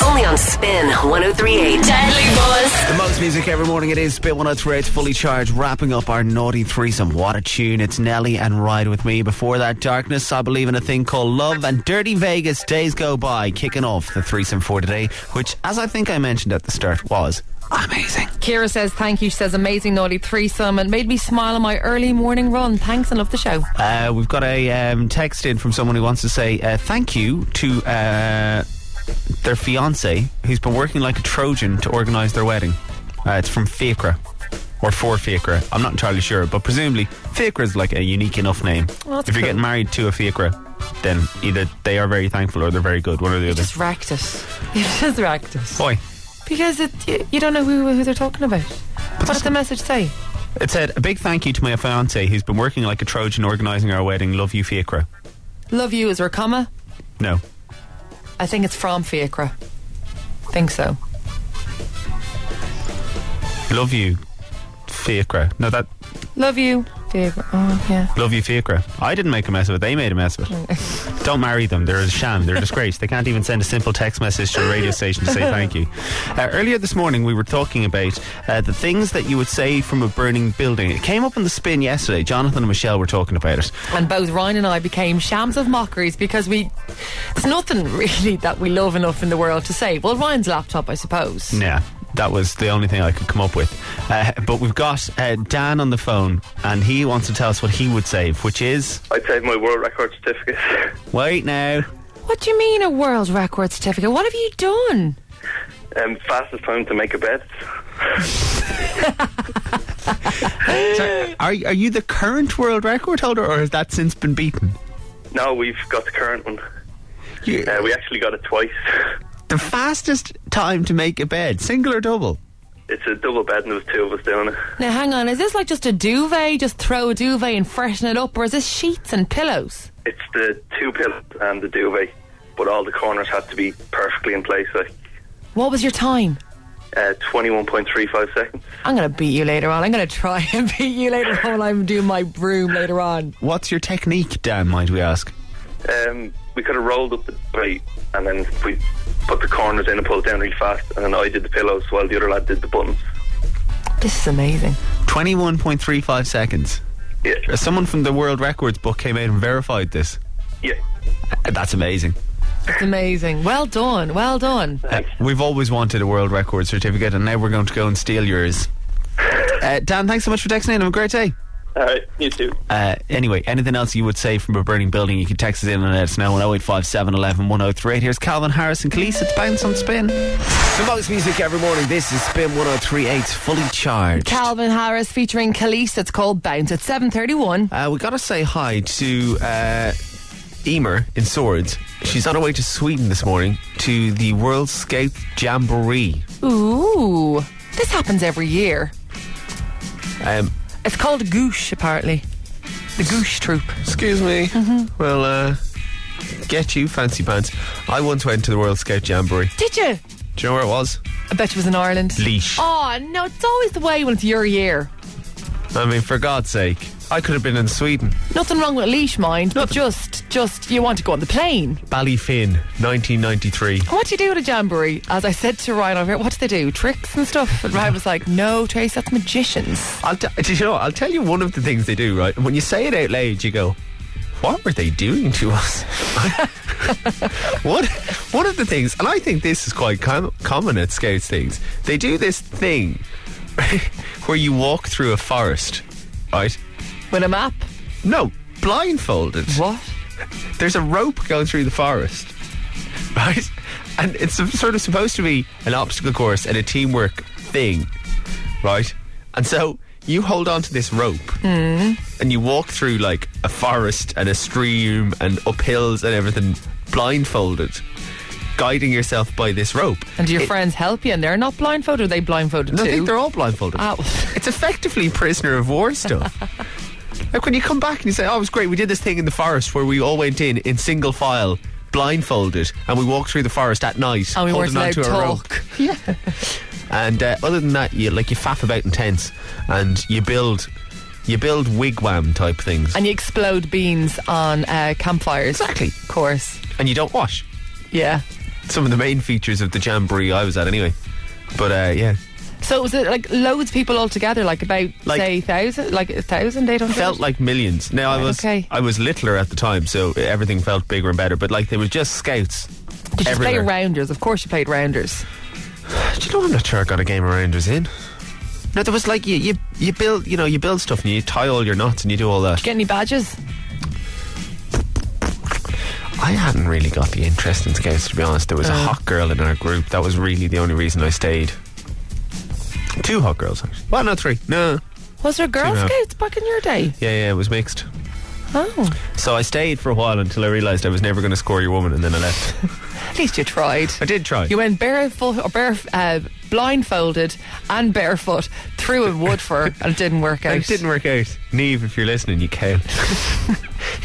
Only on oh Spin 1038. Deadly Boys.
The most music every morning. It is Spit 103. It's fully charged. Wrapping up our naughty threesome. What a tune! It's Nelly and Ride with Me. Before that, Darkness. I believe in a thing called love and Dirty Vegas. Days go by. Kicking off the threesome for today, which, as I think I mentioned at the start, was amazing.
Kira says thank you. She says amazing naughty threesome and made me smile on my early morning run. Thanks and love the show.
Uh, we've got a um, text in from someone who wants to say uh, thank you to uh, their fiance who's been working like a Trojan to organise their wedding. Uh, it's from Fakra. Or for Fakra. I'm not entirely sure, but presumably Fakra is like a unique enough name.
Well,
if
Oh, that's
you're
cool.
getting married to a Fakra, then either they are very thankful or they're very good, one or the other.
Just racked us. You just racked us
Boy,
because it, you, you don't know who who they're talking about. What did the message say?
it said a big thank you to my fiance who's been working like a Trojan organising our wedding. Love you, Fakra.
Love you is her comma.
No.
I think it's from Fiacra. Think so.
Love you, Fakra. No, that
Love you, Fiacra. Oh yeah.
Love you, Fiacra. I didn't make a mess of it. They made a mess of it. Don't marry them. They're a sham. They're a disgrace. They can't even send a simple text message to a radio station to say thank you. Uh, earlier this morning, we were talking about uh, the things that you would say from a burning building. It came up on the spin yesterday. Jonathan and Michelle were talking about it.
And both Ryan and I became shams of mockeries because we. There's nothing really that we love enough in the world to say. Well, Ryan's laptop, I suppose.
Yeah, that was the only thing I could come up with. Uh, but we've got uh, Dan on the phone, and he wants to tell us what he would save, which is
I'd save my world record certificate.
wait now.
What do you mean a world record certificate? What have you done?
Um, fastest time to make a bed.
Sorry, are, are you the current world record holder, or has that since been beaten?
No, we've got the current one.
You-
Uh, we actually got it twice.
The fastest time to make a bed, single or double?
It's a double bed and there was two of us doing it.
Now, hang on. Is this like just a duvet? Just throw a duvet and freshen it up? Or is this sheets and pillows?
It's the two pillows and the duvet, but all the corners had to be perfectly in place. Like
What was your time?
uh, 21.35 seconds.
I'm going to beat you later on. I'm going to try and beat you later on when I'm doing my broom later on.
What's your technique, Dan, might we ask?
Um, we could have rolled up the duvet and then we put the corners in and pulled down really fast, and then I did the pillows while the other lad did the buttons.
This is amazing.
21.35 seconds. Uh,
Yeah,
Someone from the World Records book came out and verified this.
yeah.
Uh, That's amazing.
It's amazing. Well done. Well done.
Uh, we've always wanted a world record certificate, and now we're going to go and steal yours. Uh, Dan, thanks so much for texting in. Have a great day.
All right, you too.
Uh, anyway, anything else you would say from a burning building, you can text us in and let us know on 0857 11 1038. Here's Calvin Harris and Khalees. It's Bounce on Spin. Simone's music every morning. This is Spin 1038's Fully Charged.
Calvin Harris featuring Khalees. It's called Bounce at 7.31.
Uh, we got to say hi to uh, Emer in Swords. She's on her way to Sweden this morning to the World Skate Jamboree.
Ooh. This happens every year.
Um,
It's called Goosh, apparently. The Goosh Troop.
Excuse me. Well, uh, get you fancy pants. I once went to the World Scout Jamboree.
Did you?
Do you know where it was?
I bet you was in Ireland.
Leash.
Oh, no, it's always the way when it's your year.
I mean, for God's sake, I could have been in Sweden.
Nothing wrong with leash, mind, but just, just, you want to go on the plane.
Ballyfin, 1993.
What do you do at a jamboree? As I said to Ryan over here, what do they do? Tricks and stuff? And Ryan was like, no, Trace, that's magicians.
I'll t- do you know what? I'll tell you one of the things they do, right? When you say it out loud, you go, what were they doing to us? one, one of the things, and I think this is quite com- common at Scouts things, they do this thing where you walk through a forest, right?
With a map?
No, blindfolded.
What?
There's a rope going through the forest, right? And it's sort of supposed to be an obstacle course and a teamwork thing, right? And so you hold on to this rope and you walk through like a forest and a stream and up hills and everything blindfolded, guiding yourself by this rope.
And do your friends help you? And they're not blindfolded, are they blindfolded
And I
too?
think they're all blindfolded.
Oh.
It's effectively prisoner of war stuff. like when you come back and you say, "Oh, it was great. We did this thing in the forest where we all went in in single file, blindfolded, and we walked through the forest at night,
And we
holding
weren't allowed
onto
to
a rope."
talk. Yeah.
And uh, other than that, you like you faff about in tents and you build, you build wigwam type things, and,
And you explode beans on uh, campfires.
Exactly.
Of course.
you don't wash.
Yeah.
Some of the main features of the jamboree I was at, anyway. But uh, yeah,
So was it like loads of people all together, like about
Like-
say thousand, like a thousand, eight hundred?
felt like millions. Now I was
Okay.
I was littler at the time, so everything felt bigger and better. But like they were just scouts.
Did you play
everywhere.
rounders? Of course, you played rounders.
Do you know I'm not sure I got a game of rounders in? No, there was like you, you you build you know you build stuff and you tie all your knots and you do all that.
Get any badges?
I hadn't really got the interest in scouts to be honest. There was
Uh.
a hot girl in our group. That was really the only reason I stayed. Two hot girls. actually. Well, no, three. No.
Was there Girl
and a half.
Scouts back in your day?
Yeah, yeah, it was mixed.
Oh,
So I stayed for a while until I realised I was never going to score your woman, and then I left.
at least you tried.
I did try.
You went barefoot or bare, uh, blindfolded and barefoot through a wood for, and it didn't work out.
It didn't work out. Neve, if you're listening, you count.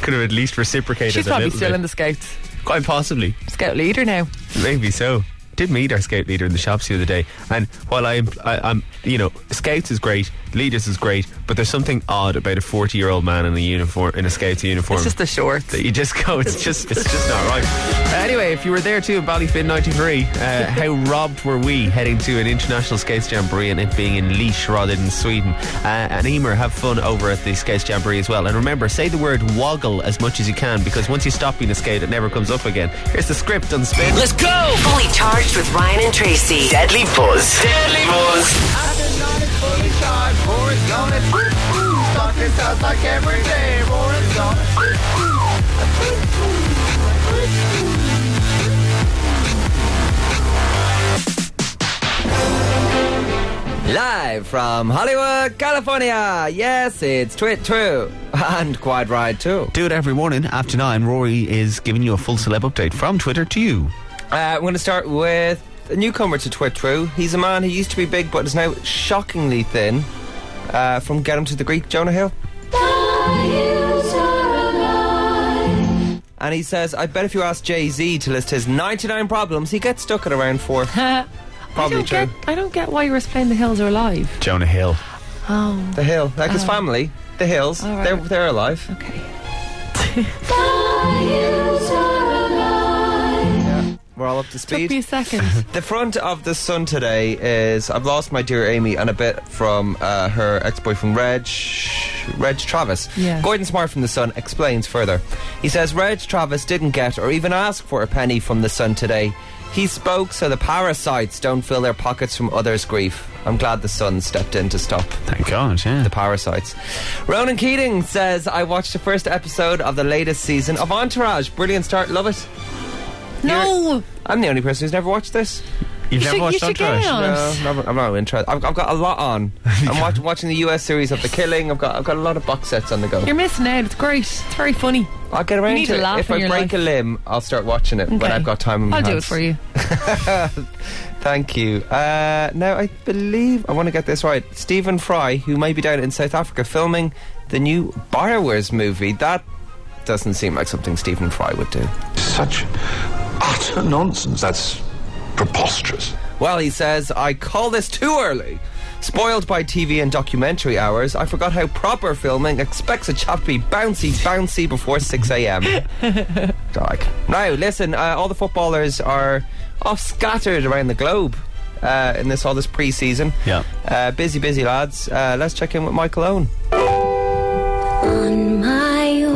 Could have at least reciprocated
She's
a
probably
little
still
bit.
in the Scouts,
Quite possibly.
Scout leader now.
Maybe so. Did meet our scout leader in the shops the other day, and while I'm, I, I'm, you know, scouts is great, leaders is great, but there's something odd about a 40 year old man in a uniform, in a scout's uniform.
It's just the shorts.
that you just go, it's just, it's just not right. Uh, anyway, if you were there too at Ballyfin '93, uh, how robbed were we heading to an international skates jamboree and it being in Leash rather than Sweden? Uh, and Emer, have fun over at the skates jamboree as well. And remember, say the word woggle as much as you can because once you stop being a skate, it never comes up again. Here's the script on spin.
Let's go!
Fully charged with Ryan and Tracy.
Deadly Buzz. Deadly Buzz.
Live from Hollywood, California. Yes, it's Twit True. And quite right, too.
Do it every morning after nine. Rory is giving you a full celeb update from Twitter to you.
Uh, I'm going to start with a newcomer to Twit True. He's a man who used to be big but is now shockingly thin. Uh, from Get Him to the Greek, Jonah Hill. And he says, I bet if you ask Jay Z to list his 99 problems, he gets stuck at around four. Probably
I don't
true.
Get, I don't get why you were playing The Hills Are Alive.
Jonah Hill.
Oh,
The Hill. Like his family, the Hills,
All right.
they're, they're alive.
okay.
We're all all up to
Took
speed.
me a second.
The front of the Sun today is I've lost my dear Amy and a bit from uh, her ex-boyfriend Reg, Reg Travis.
Yeah.
Gordon Smart from the Sun explains further. He says Reg Travis didn't get or even ask for a penny from the Sun today. He spoke so the parasites don't fill their pockets from others' grief. I'm glad the Sun stepped in to stop
Thank God, yeah.
the parasites. Ronan Keating says I watched the first episode of the latest season of Entourage. Brilliant start, love it.
No,
I'm the only person who's never watched this.
You've
you should, you should get in on
No,
it.
I'm not- I'm not interested. I've, I've got a lot on. I'm watch, watching the US series of The Killing. I've got I've got a lot of box sets on the go.
You're missing out. It's great. It's very funny.
I'll get around
you need
to
a
it.
laugh
if
in
I
your
break
life.
a limb, I'll start watching it when
Okay.
I've got time. In my
I'll do it
hands.
for you.
Thank you. Uh, now I believe I want to get this right. Stephen Fry, who may be down in South Africa filming the new Borrowers movie, that doesn't seem like something Stephen Fry would do.
Such utter nonsense. That's preposterous.
Well, he says, I call this too early. Spoiled by TV and documentary hours, I forgot how proper filming expects a chap to be bouncy, bouncy before 6 a.m. Dog. Now, listen, uh, all the footballers are off scattered around the globe uh, in this all this pre season.
Yeah.
Uh, busy, busy lads. Uh, let's check in with Michael Owen.
On my own.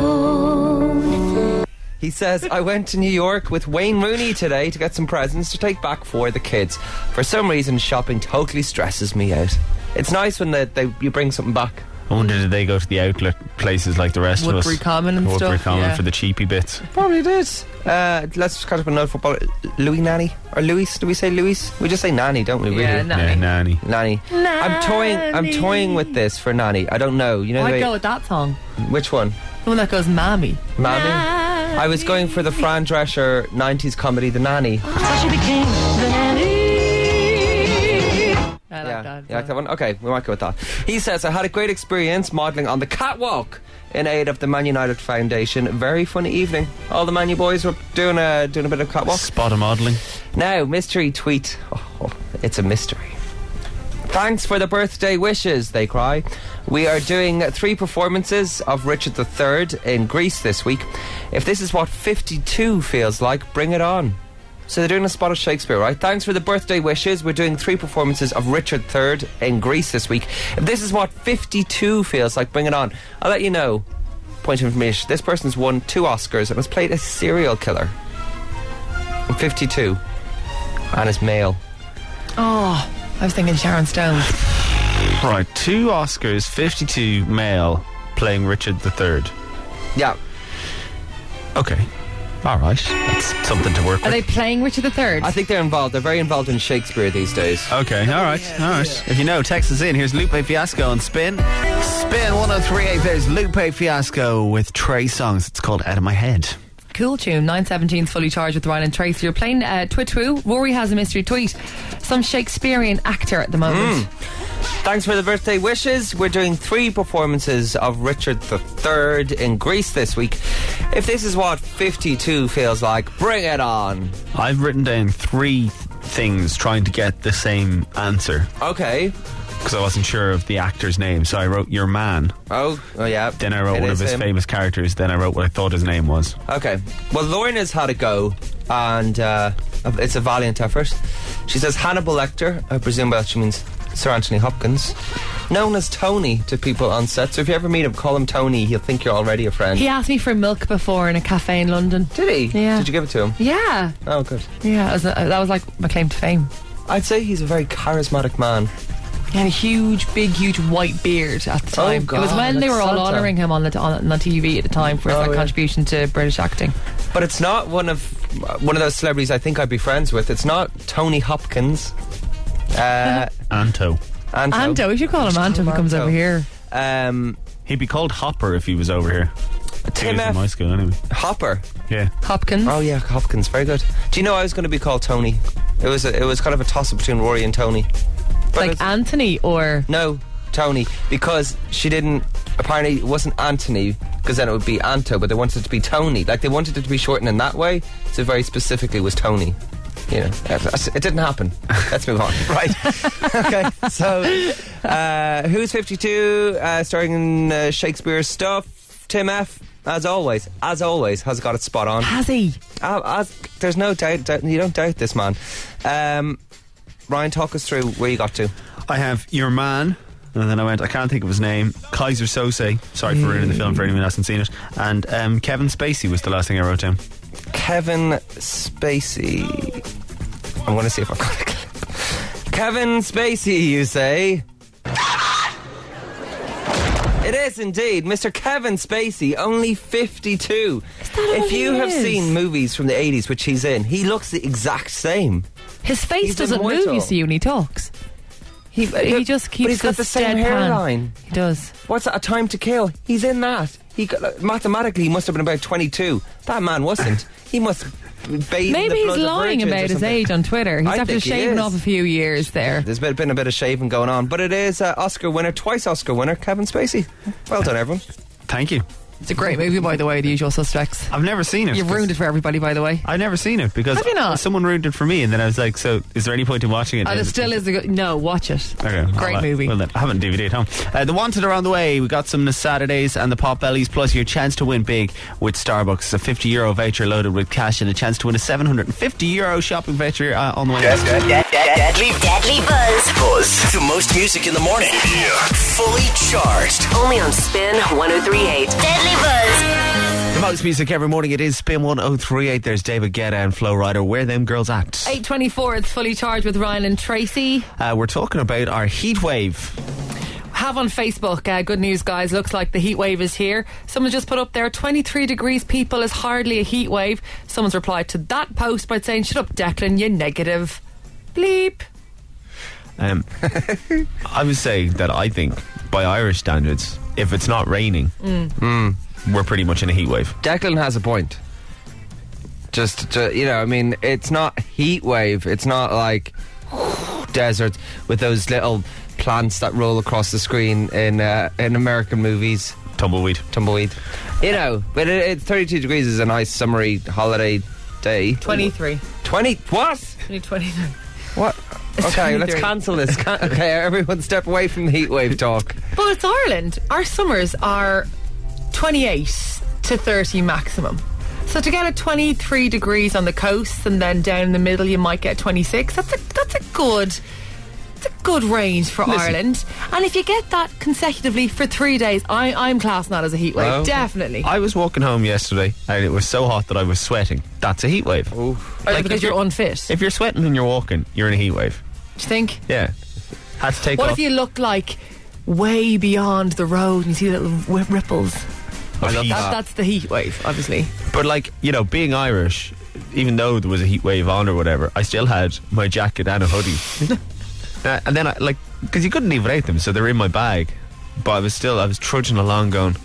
He says, I went to New York with Wayne Rooney today to get some presents to take back for the kids. For some reason, shopping totally stresses me out. It's nice when they, they, you bring something back.
I wonder, did they go to the outlet places like the rest of
Woodbury
us?
Common and
Woodbury
stuff,
Common
yeah.
for the cheapy bits.
Probably did. Uh, let's just catch up on another footballer. Louis Nanny? Or Louis? Do we say Louis? We just say Nanny, don't we, really?
Yeah, no.
Yeah, nanny.
Nanny. I'm toying I'm toying with this for Nanny. I don't know. You know the
I'd
way-
go with that song.
which one?
The one that goes, Mammy.
Mammy? I was going for the Fran Drescher 90s comedy The Nanny.
I like
yeah.
that.
You like that one? Okay, we might go with that. He says, I had a great experience modelling on the catwalk in aid of the Man United Foundation. Very funny evening. All the Man U boys were doing a, doing a bit of catwalk.
Spot of modelling.
Now, mystery tweet. Oh, it's a mystery. Thanks for the birthday wishes, they cry. We are doing three performances of Richard III in Greece this week. If this is what 52 feels like, bring it on. So they're doing a spot of Shakespeare, right? Thanks for the birthday wishes. We're doing three performances of Richard III in Greece this week. If this is what 52 feels like, bring it on. I'll let you know. Point of information this person's won two Oscars and has played a serial killer. I'm 52 and is male.
Oh, I was thinking Sharon Stone.
Right, two Oscars, 52 male, playing Richard III.
Yeah.
Okay. All right. That's something to work
Are
with.
they playing Richard III?
I think they're involved. They're very involved in Shakespeare these days.
Okay, all right, all right. If you know, text us in. Here's Lupe Fiasco on Spin. Spin 1038, there's Lupe Fiasco with Trey Songs. It's called Out of My Head.
Cool tune. 917's fully charged with Ryan and Tracy. You're playing uh, Twitwoo. Rory has a mystery tweet. Some Shakespearean actor at the moment.
Hmm. Thanks for the birthday wishes. We're doing three performances of Richard III in Greece this week. If this is what 52 feels like, bring it on.
I've written down three th- things trying to get the same answer
Okay.
because I wasn't sure of the actor's name. So I wrote Your Man,
Oh, oh yeah.
then I wrote
It
one of
is
his
him.
famous characters, then I wrote what I thought his name was.
Okay. Well, Lauren has had a go, and uh, it's a valiant effort. She says Hannibal Lecter, I presume by that she means Sir Anthony Hopkins, known as Tony to people on set. So if you ever meet him, call him Tony. He'll think you're already a friend.
He asked me for milk before in a cafe in London.
Did he?
Yeah.
Did you give it to him?
Yeah,
Oh, good.
yeah. That was, uh, that was like my claim to fame.
I'd say he's a very charismatic man.
He had a huge, big, huge white beard at the
Oh,
time. it was
God,
when they
that's
were all
Santa.
honouring him on the on, on TV at the time for his
Oh,
like,
yeah.
contribution to British acting.
But it's not one of one of those celebrities I think I'd be friends with. It's not Tony Hopkins. Uh,
Anto.
Anto.
Anto, we should call him Anto if he comes
Anto.
over here.
Um,
He'd be called Hopper if he was over here. he
Tim
was in my
F.
school anyway.
Hopper.
Yeah.
Hopkins.
Oh yeah, Hopkins. Very good. Do you know I was going to be called Tony? It was a, it was kind of a toss up between Rory and Tony. But
like
it's-
Anthony or
no, Tony, because she didn't. Apparently, it wasn't Anthony, because then it would be Anto. But they wanted it to be Tony. Like they wanted it to be shortened in that way. So very specifically was Tony. You know, it didn't happen. Let's move on. Right. okay. So, uh, who's fifty-two? Uh, starring in uh, Shakespeare stuff. Tim F. as always, as always, has got it spot on.
Has he?
Uh, as, there's no doubt, doubt- you don't doubt this man. Um, Ryan, talk us through where you got to.
I have your man, and then I went. I can't think of his name. Kaiser Sose. Sorry for ruining the film for anyone who hasn't seen it. And um, Kevin Spacey was the last thing I wrote down.
Kevin Spacey. I'm going to see if I've got a clip. Kevin Spacey, you say? It is indeed Mr. Kevin Spacey, only 52.
that all
if you
he
have
is?
seen movies from the 80s, which he's in, he looks the exact same.
His face
He's
doesn't
immortal.
move, you see, when he talks. He, he just keeps
but he's got the
this
same
deadpan.
hairline.
He does.
What's that? A Time to Kill? He's in that. He got, like, mathematically he must have been about 22. That man wasn't. He must bathe.
Maybe
in the
he's
blood of
lying
virgins or
about his
something.
age on Twitter. He's
I
after
think he
shaving
is.
off a few years there.
There's been- been a bit of shaving going on, but it is uh, Oscar winner, twice Oscar winner, Kevin Spacey. Well done, everyone.
Thank you.
It's a great movie, by the way, The Usual Suspects.
I've never seen it.
You've ruined it for everybody, by the way.
I've never seen it because
Have you not?
someone ruined it for me, and then I was like, "So, is there any point in watching it?"
And it
And-
Uh, still is a good. No, watch it.
Okay,
Great
well,
movie.
Well, then, I have not DVD at home. Uh, the Wanted are on the way. We got some the Saturdays and the Pop Bellies, plus your chance to win big with Starbucks. A 50 euro voucher loaded with cash and a chance to win a 750 euro shopping voucher uh, on the way.
Deadly
Deadly Buzz.
Buzz. The most music in the morning. Yeah. Fully charged.
Only on oh Spin 1038. Deadly Buzz.
The most music every morning. It is Spin 1038. There's David Guetta and Flow Rider. Where them girls at?
824, it's fully charged with Ryan and Tracy.
Uh, we're talking about our heat wave.
Have on Facebook, uh, good news, guys. Looks like the heat wave is here. Someone just put up there 23 degrees, people, is hardly a heat wave. Someone's replied to that post by saying, Shut up, Declan, you negative. Bleep.
Um,
I would say that I think, by Irish standards, if it's not raining,
Mm.
we're pretty much in a heat wave.
Declan has a point. Just, to, you know, I mean, it's not heat wave. It's not like desert with those little plants that roll across the screen in uh, in American movies.
Tumbleweed.
Tumbleweed, you know. But it, it's 32 degrees is a nice summery holiday day.
23.
20 what?
20,
What? Okay, let's
23.
cancel this. Can- okay, everyone, step away from the heatwave talk.
Well, it's Ireland. Our summers are 28 to 30 maximum. So to get a 23 degrees on the coast and then down in the middle you might get 26. That's a that's a good it's a good range for Ireland. And if you get that consecutively for 3 days, I I'm classing that as a heat wave.
Oh.
Definitely.
I was walking home yesterday and it was so hot that I was sweating. That's a heat wave.
Or Oh, because you're unfit.
If you're sweating and you're walking, you're in a heat wave.
Do you think?
Yeah. Had to take
What
off.
if you look like way beyond the road and you see little w- ripples?
of heat.
That, that's the heat wave, obviously.
But like, you know, being Irish, even though there was a heat wave on or whatever, I still had my jacket and a hoodie. Uh, and then I like because you couldn't even eat them, so they were in my bag. But I was still I was trudging along going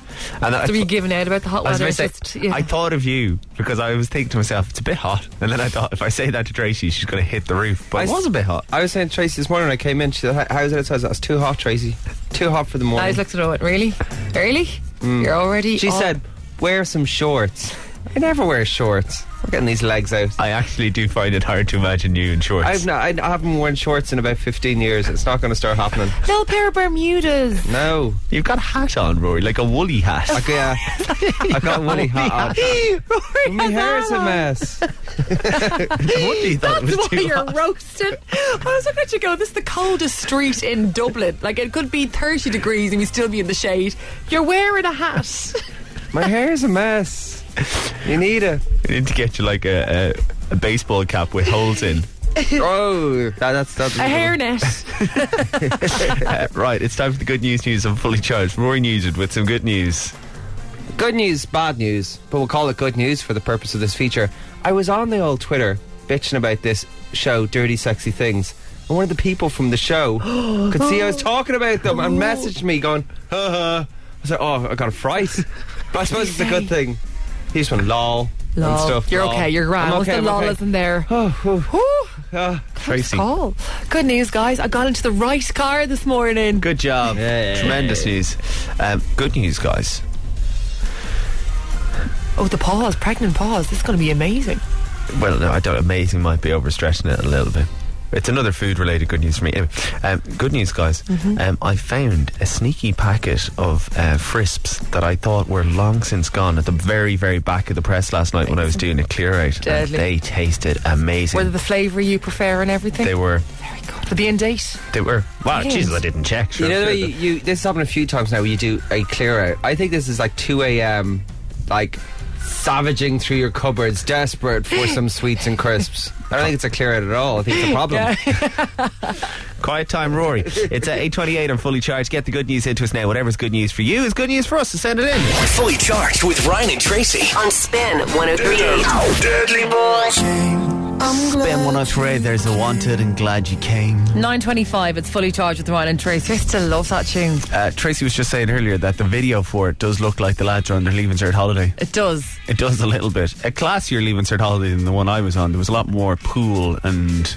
and I,
So were you giving out about the hot
I was
weather?
going to say,
It's just- yeah.
I thought of you because I was thinking to myself, it's a bit hot. And then I thought, if I say that to Tracy, she's going to hit the roof. But
I
it
s-
was a bit hot.
I was saying to Tracy this morning. when I came in. She said, "How- "How's it outside?" I said, "It's too hot, Tracy. Too hot for the
I
morning."
just looked at her and went, really? Really? You're already.
Mm. she
all-
said, "Wear some shorts." I never wear shorts. I'm getting these legs out.
I actually do find it hard to imagine you in shorts.
I've not, I I haven't worn shorts in about 15 years. It's not going to start happening.
Little pair of Bermudas.
No.
You've got a hat on, Rory, like a woolly hat.
Okay, uh, I got a woolly hat on.
Rory
My
has
hair is a
that on.
mess.
Woolly, thought it
That's
was
why
too
you're
hot.
roasted. I was looking at you going, this is the coldest street in Dublin. Like, it could be 30 degrees and we'd still be in the shade. You're wearing a hat.
My hair is a mess. You need it.
I need to get you like a, a, a baseball cap with holes in.
Oh, that, that's that's
a hairnet.
Uh, right, it's time for the good news news. I'm fully charged. Rory Nugent with some good news.
Good news, bad news, but we'll call it good news for the purpose of this feature. I was on the old Twitter bitching about this show, Dirty Sexy Things, and one of the people from the show could see I was talking about them and messaged me going, huh, huh. I said, oh, I got a fright. But I suppose it's a good thing. He just went, lol. And
Lol.
stuff,
You're
lol.
okay, you're grand.
I'm
Once the
okay, I'm
lol
okay.
isn't there.
Ah,
Tracy.
Oh, good news, guys. I got into the right car this morning.
Good job. Tremendous news. Um, good news, guys.
Oh, the pause, pregnant pause. This is going to be amazing.
Well, no, I don't. Amazing might be overstretching it a little bit.
It's another food related good news for me. Anyway, um, good news, guys.
Mm-hmm.
Um, I found a sneaky packet of uh, frisps that I thought were long since gone at the very, very back of the press last night when I was doing a clear out. And
Deadly.
they tasted amazing.
Whether the flavour you prefer and everything.
they were.
For the end date.
They were. Wow,
Yes.
Jesus, I didn't check. Sure,
you know the
sure.
way you, you this happened a few times now where you do a clear out. I think this is like two AM like savaging through your cupboards, desperate for some sweets and crisps. I don't think it's a clear out at all. I think it's a problem.
Quiet time, Rory. It's at 8.28 on Fully Charged. Get the good news into us now. Whatever's good news for you is good news for us, so send it in.
Fully charged with Ryan and Tracy.
On Spin 1038.
Deadly
Spin 103, there's a wanted and glad you came.
925, it's fully charged with Ryan and Tracy. I still love that tune.
Uh, Tracy was just saying earlier that the video for it does look like the lads are on their leaving cert holiday.
It does.
It does a little bit. A classier leaving cert holiday than the one I was on. There was a lot more pool and.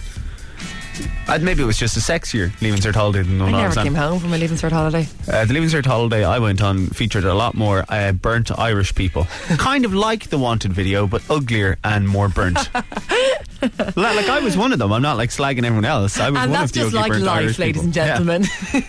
Uh, maybe it was just a sexier leaving cert holiday than the
I
one I, was
never
on.
came home from my leaving cert holiday.
Uh, the Leaving Cert holiday I went on featured a lot more uh, burnt Irish people. kind of like the Wanted video, but uglier and more burnt. like, like I was one of them. I'm not like slagging everyone else. I was
And
one
that's
of the
just
ugly
like
burnt
life,
Irish
ladies
people.
and
Yeah.
gentlemen.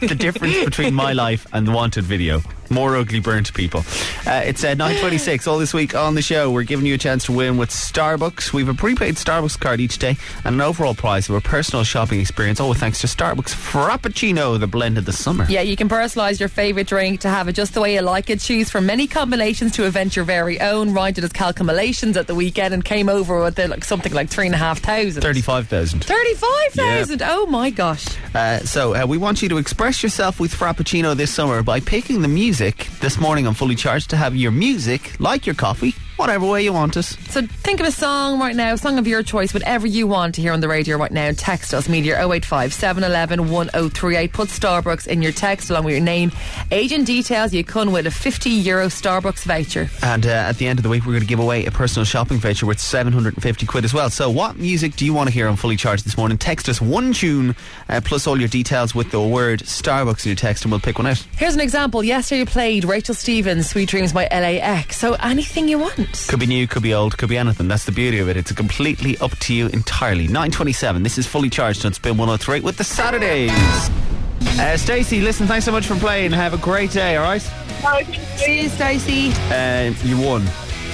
the difference between my life and the Wanted video. More ugly burnt people. Uh, it's uh, 9.26 all this week on the show. We're giving you a chance to win with Starbucks. We have a prepaid Starbucks card each day and an overall prize of a personal shopping experience. All thanks to Starbucks Frappuccino, the blend of the summer.
Yeah, you can personalise your favourite drink to have it just the way you like it. Choose from many combinations to invent your very own. Ryan did his calculations at the weekend and came over with uh, like something like three and a half thousand.
35,000.
35,000? Oh my gosh.
Uh, so uh, we want you to express yourself with Frappuccino this summer by picking the music this morning on Fully Charged to have your music, like your coffee, whatever way you want it.
So think of a song right now, a song of your choice, whatever you want to hear on the radio right now. Text us, Meteor 085 711 1038. Put Starbucks in your text along with your name, age and details. You can win a 50 euro Starbucks voucher.
And uh, at the end of the week, we're going to give away a personal shopping voucher worth 750 quid as well. So, what music do you want to hear on Fully Charged this morning? Text us one tune uh, plus all your details with the word Starbucks in your text, and we'll pick one out.
Here's an example. Yesterday you played Rachel Stevens, Sweet Dreams by LAX. So anything you want.
Could be new, could be old, could be anything. That's the beauty of it. It's completely up to you entirely. 927. This is fully charged on Spin 103 with the Saturdays. Uh, Stacey, listen, thanks so much for playing. Have a great day, all right?
See you, Stacey.
Uh, you won.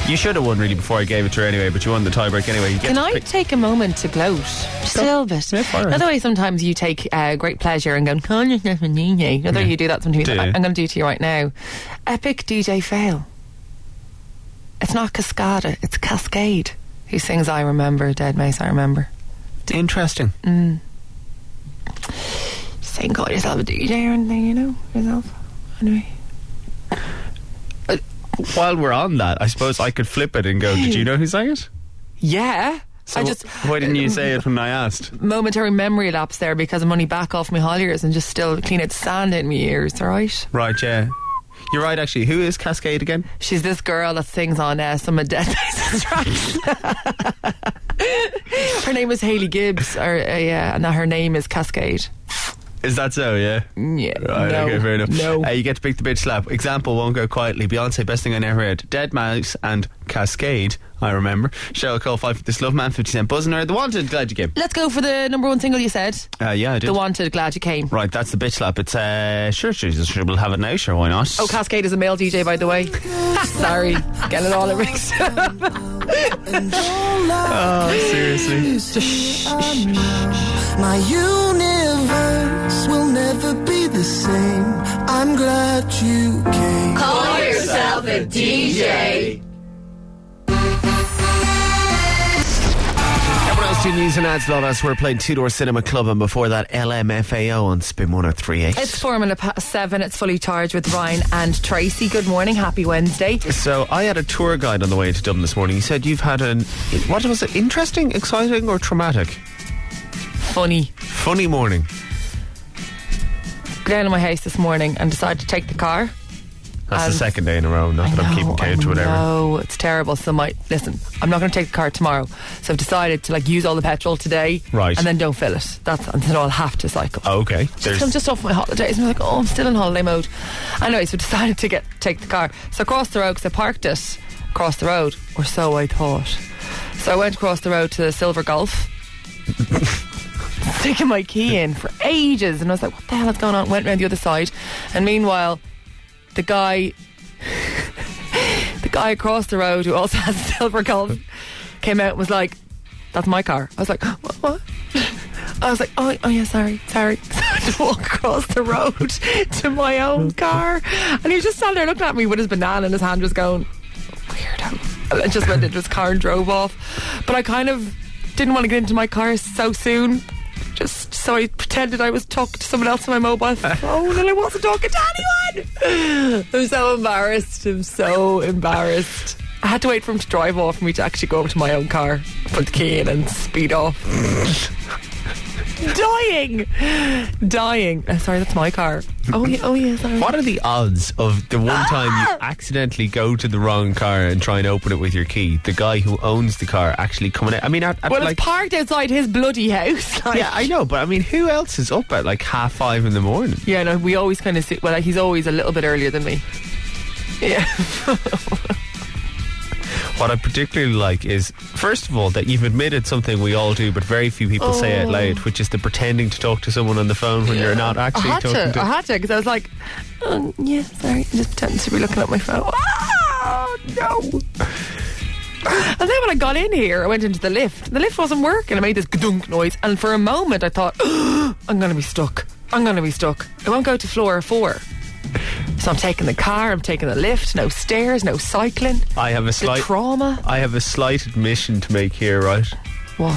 You should have won, really, before I gave it to her anyway, but you won the tiebreak anyway. You get
Can
to
I
pick-
take a moment to gloat? Just a little bit.
Yeah, fire away.
Another way sometimes you take uh, great pleasure in going, "Can you have a nini?" Another way you do that sometimes.
Do
I-
you?
I'm going to do it to you right now. Epic DJ fail. It's not Cascada, it's Cascade. Who sings I Remember, Dead Mouse, I Remember.
Interesting.
Just saying, call yourself a DJ or anything, you know, yourself. Anyway.
While we're on that, I suppose I could flip it and go, Did you know who sang it?
Yeah. I
So
just
why didn't you say it when I asked?
momentary memory lapse there because I'm only back off my holliers and just still clean out sand in my ears, all right?
Right, yeah. You're right, actually. Who is Cascade again?
She's this girl that sings on uh, some of Dead Faces tracks. her name is Haley Gibbs, or uh, yeah, and her name is Cascade.
Is that so, yeah?
Yeah,
Right,
no,
okay, fair enough.
No,
Uh, you get to pick the bitch slap. Example won't go quietly. Beyonce, best thing I never heard. Dead Mouse and Cascade, I remember. Cheryl Cole, five for this love man, 50 cent buzzing her. The wanted, glad you came.
let's go for the number one single you said,
Uh, yeah, I did.
"The Wanted." Glad you came.
Right, that's the bitch slap. It's, uh, sure, sure, sure, we'll have it now, sure, why not?
Oh, Cascade is a male DJ, by the way. Sorry, getting it all mixed up.
Oh, seriously.
My universe will never be the same. I'm glad you came.
Call yourself a DJ.
Everyone else do news and ads, not us. We're playing Two Door Cinema Club, and before that, LMFAO on Spin 1038.
It's four minutes past seven. It's fully charged with Ryan and Tracy. Good morning. Happy Wednesday.
So I had a tour guide on the way to Dublin this morning. He said you've had an what was it? Interesting, exciting, or traumatic?
Funny.
Funny morning.
Got down to my house this morning and decided to take the car.
That's
Um,
the second day in a row. Not that I'm keeping count or whatever.
No, it's terrible. So my listen, I'm not going to take the car tomorrow. So I've decided to like use all the petrol today,
Right. Oh,
And then don't fill it. That's and then I'll have to cycle.
Okay.
So I'm
There's
just off my holidays and I'm like, oh, I'm still in holiday mode. Anyway, so decided to get take the car. So across the road, because I parked it across the road, or so I thought. So I went across the road to the Silver Golf. sticking my key in for ages. And I was like, what the hell is going on? Went round the other side. And meanwhile, the guy, the guy across the road who also has a silver golf came out and was like, that's my car. I was like, what? what? I was like, oh, oh yeah, sorry, sorry. So I had to walk across the road to my own car. And he was just standing there looking at me with his banana in his hand, just going, weirdo. And just went into his car and drove off. But I kind of didn't want to get into my car so soon. Just so I pretended I was talking to someone else on my mobile phone and I wasn't talking to anyone. I'm so embarrassed. I'm so embarrassed. I had to wait for him to drive off for me to actually go up to my own car, put the key in, and speed off. Dying, dying. Uh, sorry, that's my car. Oh yeah, oh yeah. Sorry.
What are the odds of the
Ah!
one time you accidentally go to the wrong car and try and open it with your key? The guy who owns the car actually coming out. I mean, at, at
well,
like,
it's parked outside his bloody house. Like,
yeah, I know, but I mean, who else is up at like half five in the morning?
Yeah, no, we always kind of see. Well, like, he's always a little bit earlier than me. Yeah.
What I particularly like is, first of all, that you've admitted something we all do, but very few people say out
Oh.
loud, which is the pretending to talk to someone on the phone when you're not actually
I had
talking
to,
to.
I had to because I was like, um, yeah, sorry, I just pretended to be looking at my phone. Ah, no. And then when I got in here, I went into the lift. The lift wasn't working. I made this dunk noise, and for a moment I thought, I'm going to be stuck. I'm going to be stuck. It won't go to floor four. So I'm taking the car. I'm taking the lift. No stairs. No cycling.
I have a slight
trauma.
I have a slight admission to make here, right?
What?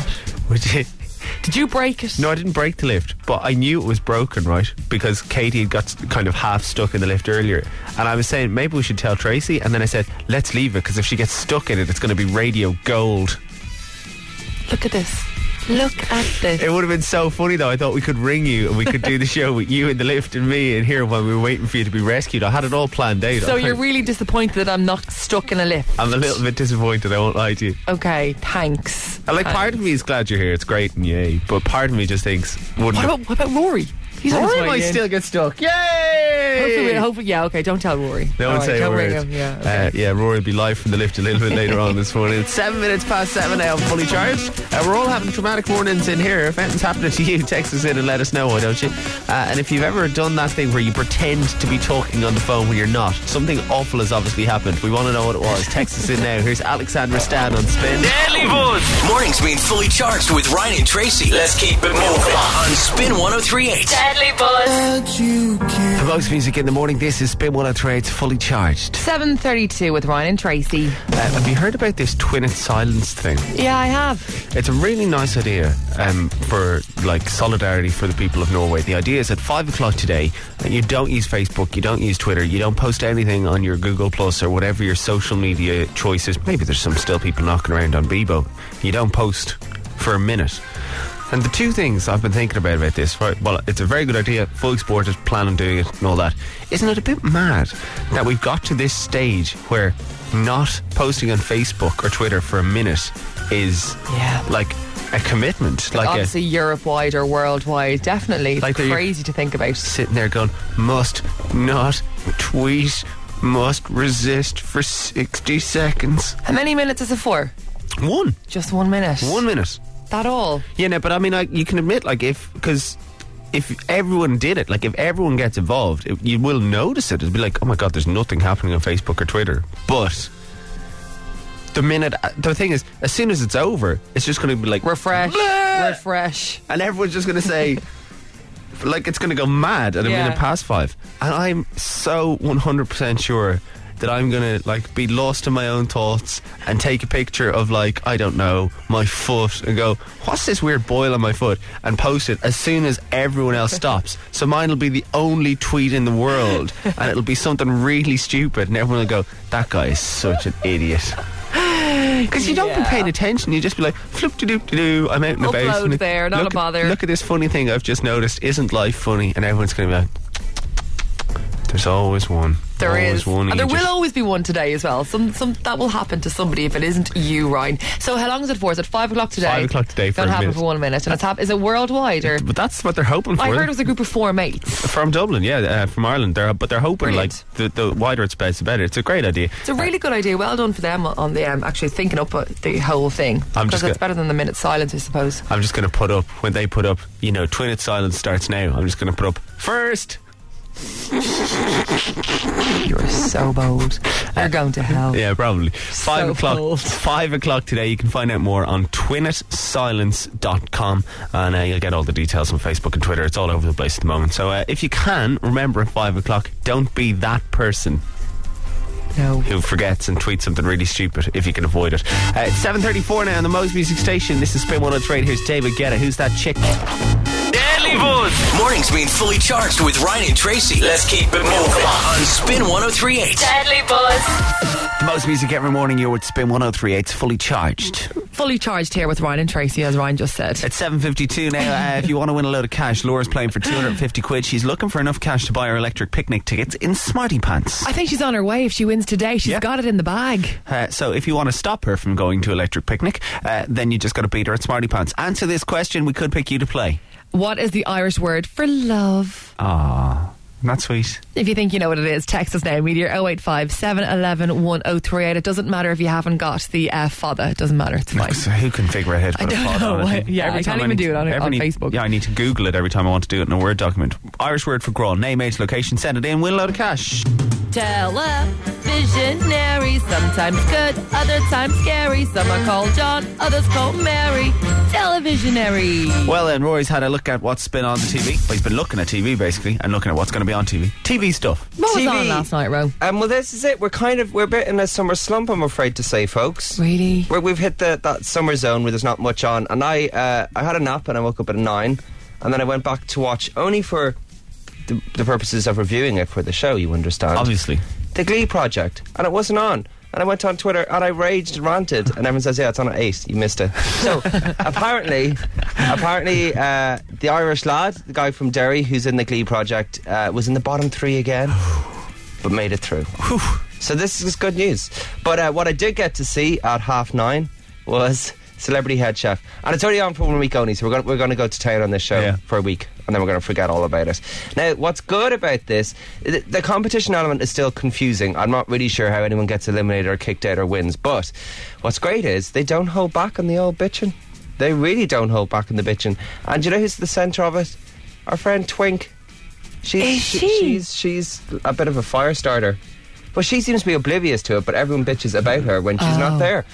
Which is,
Did you break it?
no, I didn't break the lift, but I knew it was broken, right? Because Katie had got s- kind of half stuck in the lift earlier, and I was saying maybe we should tell Tracy, and then I said let's leave it because if she gets stuck in it, it's going to be radio gold.
Look at this. Look at this.
It would have been so funny though. I thought we could ring you and we could do the show with you in the lift and me in here while we were waiting for you to be rescued. I had it all planned out.
So
I
you're
think-
really disappointed that I'm not stuck in a lift.
I'm a little bit disappointed. I won't lie to you.
Okay, thanks.
And like, part of me is glad you're here. It's great and yay. But part of me just thinks, wouldn't
What
it-
about, what about Rory? He's on his
Rory
way
might
in.
still get stuck. Yay!
Hopefully, we- hopefully, yeah. Okay, don't tell Rory.
No one
All right,
say a
don't
word.
ring him. Yeah.
uh, yeah, Rory will be live from the lift a little bit later on this morning. It's seven minutes past seven now, fully charged. Uh, we're all having traumatic mornings in here. If anything's happening to you, text us in and let us know, why don't you? Uh, and if you've ever done that thing where you pretend to be talking on the phone when you're not, something awful has obviously happened. We want to know what it was. Text us in now. Here's Alexandra Stan on Spin.
Deadly Buzz. Mornings being fully charged with Ryan and Tracy. Let's keep it moving on Spin 1038.
Deadly
That you
For most music in the morning, this is Spin 103. It's fully charged.
Seven thirty-two with Ryan and Tracy.
Uh, have you heard about this twin silence thing?
Yeah, I have.
It's a really nice idea um, for like solidarity for the people of Norway. The idea is at five o'clock today, that you don't use Facebook, you don't use Twitter, you don't post anything on your Google Plus or whatever your social media choice is. Maybe there's some still people knocking around on Bebo. You don't post for a minute. And the two things I've been thinking about about this, right, well, it's a very good idea. Full Sport is planning on doing it and all that. Isn't it a bit mad that we've got to this stage where not posting on Facebook or Twitter for a minute is
Yeah.
like a commitment, like a,
Obviously, Europe-wide or worldwide, definitely. It's
Like that you-
crazy to think about.
sitting there going, must not tweet, must resist for sixty seconds.
How many minutes is it for?
One,
Just one minute.
one minute.
That all.
Yeah, no, but I mean, like, you can admit, like, if because if everyone did it, like, if everyone gets involved, it, you will notice it. It'll be like, oh my god, there's nothing happening on Facebook or Twitter. But the minute, uh, the thing is, as soon as it's over, it's just going to be like
Refresh.
Bleh!
Refresh.
and everyone's just going to say, like, it's going to go mad at a
Yeah.
minute past five. And I'm so 100% sure that I'm going to, like, be lost in my own thoughts and take a picture of, like, I don't know, my foot and go, what's this weird boil on my foot? And post it as soon as everyone else stops. So mine will be the only tweet in the world and it'll be something really stupid. And everyone will go, that guy is such an idiot. Because you don't be
Yeah.
paying attention, you just be like, flip to doop to do, I'm out and about.
Upload
and it-
there, not a
look,
bother.
Look at this funny thing I've just noticed. Isn't life funny? And everyone's going to be like,
There's always one.
There
always
is,
one.
and there
Aegis.
will always be one today as well. Some, some that will happen to somebody if it isn't you, Ryan. So how long is it for? Is it five o'clock today?
Five o'clock today for
Gonna
a
happen
minute.
for one minute, and it's hap- Is it worldwide or?
But that's what they're hoping for.
I heard it was a group of four mates.
from Dublin, yeah, uh, from Ireland. They're, but they're hoping like the, the wider it spreads, the better. It's a great idea.
It's a really good idea. Well done for them on- on the um, actually thinking up uh, the whole thing
I'm
because
just
it's
gonna-
better than the minute silence, I suppose.
I'm just going to put up when they put up, you know, twin it silence starts now. I'm just going to put up first.
You're so bold. You're going to hell.
Yeah, probably five o'clock. Five o'clock today. You can find out more on twinitsilence.com and uh, you'll get all the details on Facebook and Twitter. It's all over the place at the moment. So uh, if you can remember at five o'clock, don't be that person.
No.
Who forgets and tweets something really stupid if you can avoid it. Uh, it's 7.34 now on the Mose Music Station. This is Spin 103. Here's David Guetta. Who's that chick?
Deadly Buzz. Mornings being fully charged with Ryan and Tracy. Let's keep it moving on Spin 1038.
Deadly Buzz.
The most music every morning, you're with Spin 1038's fully charged.
Fully charged here with Ryan and Tracy, as Ryan just said.
It's 7.52 now. Uh, if you want to win a load of cash, Laura's playing for 250 quid. She's looking for enough cash to buy her electric picnic tickets in Smarty Pants.
I think she's on her way. If she wins today, she's got it in the bag.
Uh, so if you want to stop her from going to electric picnic, uh, then you just got to beat her at Smarty Pants. Answer this question. We could pick you to play.
What is the Irish word for love?
Ah, that's sweet.
If you think you know what it is, text us now. Meteor 085 711 1038. It doesn't matter if you haven't got the uh, father. It doesn't matter. It's fine.
So who can figure out how to
I
put a
don't
pod
know.
on
I-
it?
yeah, I can't even
need-
do it on-
every
on
need-
Facebook.
Yeah, I need to Google it every time I want to do it in a Word document. Irish word for growl, name, age, location, send it in, win a load of cash.
Televisionary, sometimes good, other times scary. Some are called John, others called Mary. Televisionary.
Well, then, Rory's had a look at what's been on the TV. Well, he's been looking at TV, basically, and looking at what's going to be on TV. TV stuff.
What was on last night, Ro?
Um, well, this is it. We're kind of we're a bit in a summer slump. I'm afraid to say, folks.
Really?
Where we've hit the, that summer zone where there's not much on. And I uh, I had a nap and I woke up at nine, and then I went back to watch only for the, the purposes of reviewing it for the show. You understand?
Obviously.
The Glee Project, and it wasn't on. And I went on Twitter and I raged and ranted, and everyone says, "Yeah, it's on at eight. You missed it." So apparently, apparently, uh, the Irish lad, the guy from Derry, who's in the Glee Project, uh, was in the bottom three again but made it through. So this is good news. But uh, what I did get to see at half nine was Celebrity Head Chef, and it's already on for one week only. So we're going we're going to go to town on this show for a week, and then we're going to forget all about it. Now, what's good about this, th- the competition element is still confusing. I'm not really sure how anyone gets eliminated or kicked out or wins. But what's great is they don't hold back on the old bitching. They really don't hold back on the bitching. And do you know who's the centre of it? Our friend Twink. She's,
Is she?
She's she's a bit of a fire starter, but she seems to be oblivious to it. But everyone bitches about her when she's not
Oh.
there.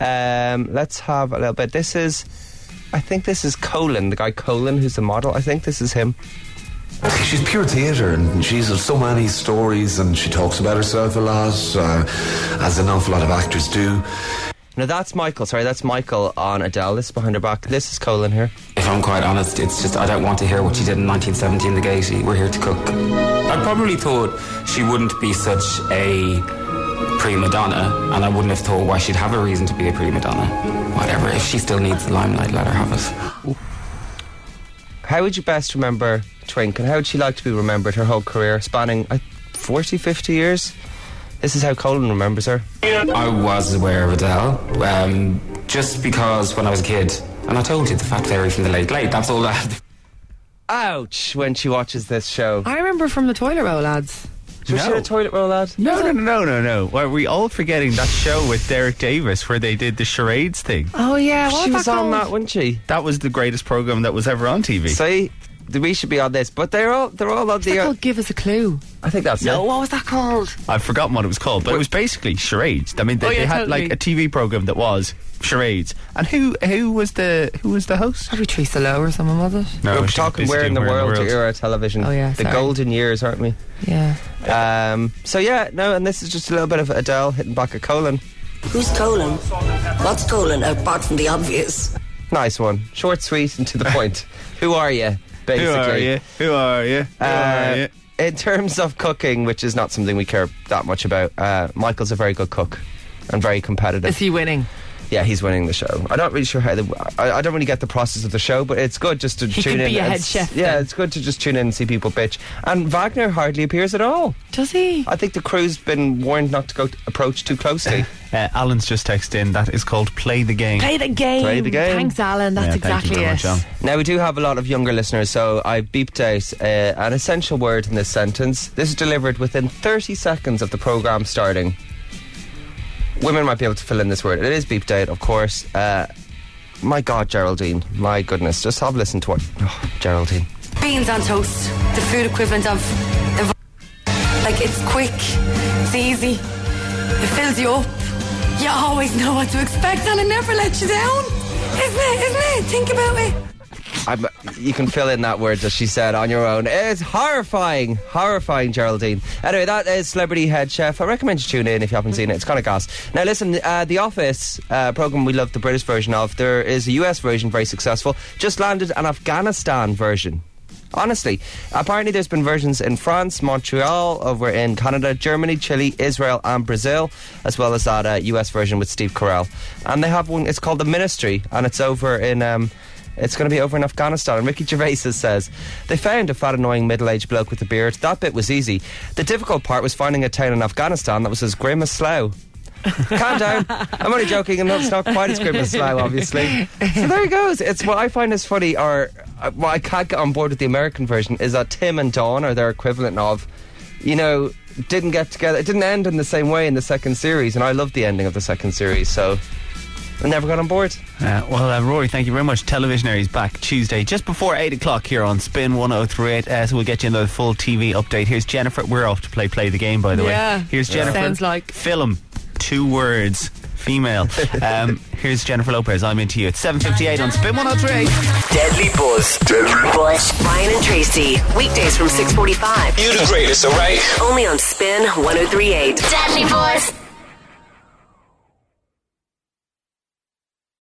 Um, let's have a little bit. This is, I think this is Colin, the guy Colin who's the model. I think this is him.
She's pure theatre and she's so many stories and she talks about herself a lot, uh, as an awful lot of actors do.
No, that's Michael. Sorry, that's Michael on Adele. This is behind her back. This is Colin here.
If I'm quite honest, it's just I don't want to hear what she did in 1970 in the Gaiety. We're here to cook. I probably thought she wouldn't be such a prima donna, and I wouldn't have thought why she'd have a reason to be a prima donna. Whatever. If she still needs the limelight, let her have it.
How would you best remember Twink and how would she like to be remembered her whole career, spanning uh, 40, 50 years? This is how Colin remembers her.
I was aware of Adele, um, just because when I was a kid, and I told you the Fat Fairy from the Late Late. That's all I have.
Ouch when she watches this show.
I remember from the toilet roll, lads.
Was she in a toilet roll ad?
No, no, no, no, no, no. Why, Are we all forgetting that show with Derek Davis where they did the charades thing?
Oh yeah, what
she
was
was
that
on
called?
that, wasn't she?
That was the greatest program that was ever on TV.
See, th- we should be on this, but they're all they're all on
That
the. uh,
called Give Us a Clue.
I think that's
No,
it.
uh, Oh, what was that called?
I've forgotten what it was called, but it was basically charades. I mean, they,
Oh,
they
yeah,
had
totally.
like a TV program that was charades. And who who was the who was the host?
Probably Teresa Lowe or someone was it?
No,
We're
she's
talking
busy
where in
doing
the
Where in the
world, to
World.
era television.
Oh, yeah,
the
sorry.
golden years, aren't we?
Yeah.
Um, so yeah, no, and this is just a little bit of Adele hitting back at Colin.
Who's Colin? What's Colin apart from the obvious?
Nice one, short, sweet, and to the point. Who are you? Basically,
you? Who are you? Who
Uh,
are you?
In terms of cooking, which is not something we care that much about, uh, Michael's a very good cook and very competitive.
Is he winning?
Yeah, he's winning the show. I'm not really sure how. The, I, I don't really get the process of the show, but it's good just to
He
tune
could
in.
be a
and
head
s-
chef
Yeah, it's good to just tune in and see people bitch. And Wagner hardly appears at all.
Does he?
I think the crew's been warned not to go t- approach too closely.
Uh, Alan's just texted in. That is called play the game.
Play the game.
Play the game.
Thanks, Alan. That's exactly it.
Now, we do have a lot of younger listeners, so I beeped out uh, an essential word in this sentence. This is delivered within 30 seconds of the programme starting. Women might be able to fill in this word. It is beeped out, of course. Uh, my God, Geraldine. My goodness. Just have a listen to what. Oh, Geraldine.
Beans on toast, the food equivalent of. ev- Like, it's quick, it's easy, it fills you up. You always know what to expect and it never lets you down. Isn't it? Isn't it? Think about it.
I'm, you can fill in that word that she said on your own. It's horrifying, horrifying, Geraldine. Anyway, that is Celebrity Head Chef. I recommend you tune in if you haven't seen it. It's kind of gas. Now, listen, uh, The Office uh, program we love the British version of. There is a US version very successful. Just landed an Afghanistan version. Honestly, apparently there's been versions in France, Montreal, over in Canada, Germany, Chile, Israel, and Brazil, as well as that uh, US version with Steve Carell. And they have one. It's called The Ministry, and it's over in. Um, it's going to be over in Afghanistan. And Ricky Gervais says, They found a fat, annoying middle aged bloke with a beard. That bit was easy. The difficult part was finding a town in Afghanistan that was as grim as Slough. Calm down. I'm only joking, and it's not quite as grim as Slough, obviously. So there he goes. It's what I find is funny, or uh, what I can't get on board with the American version is that Tim and Dawn are their equivalent of, you know, didn't get together. It didn't end in the same way in the second series, and I loved the ending of the second series, so I never got on board.
Uh, well, uh, Rory, thank you very much. Televisionaries back Tuesday, just before 8 o'clock here on Spin 1038. Uh, so we'll get you another full TV update. Here's Jennifer. We're off to play Play the Game, by the
Yeah.
way. Here's
Yeah.
Jennifer.
Sounds like-
Film. Two words. Female. um, here's Jennifer Lopez. I'm into you. It's 7.58 on Spin 1038.
Deadly Buzz. Deadly Buzz. Ryan and Tracy. Weekdays from 645.
You the greatest, all right?
oh Only on Spin 1038. Deadly Buzz.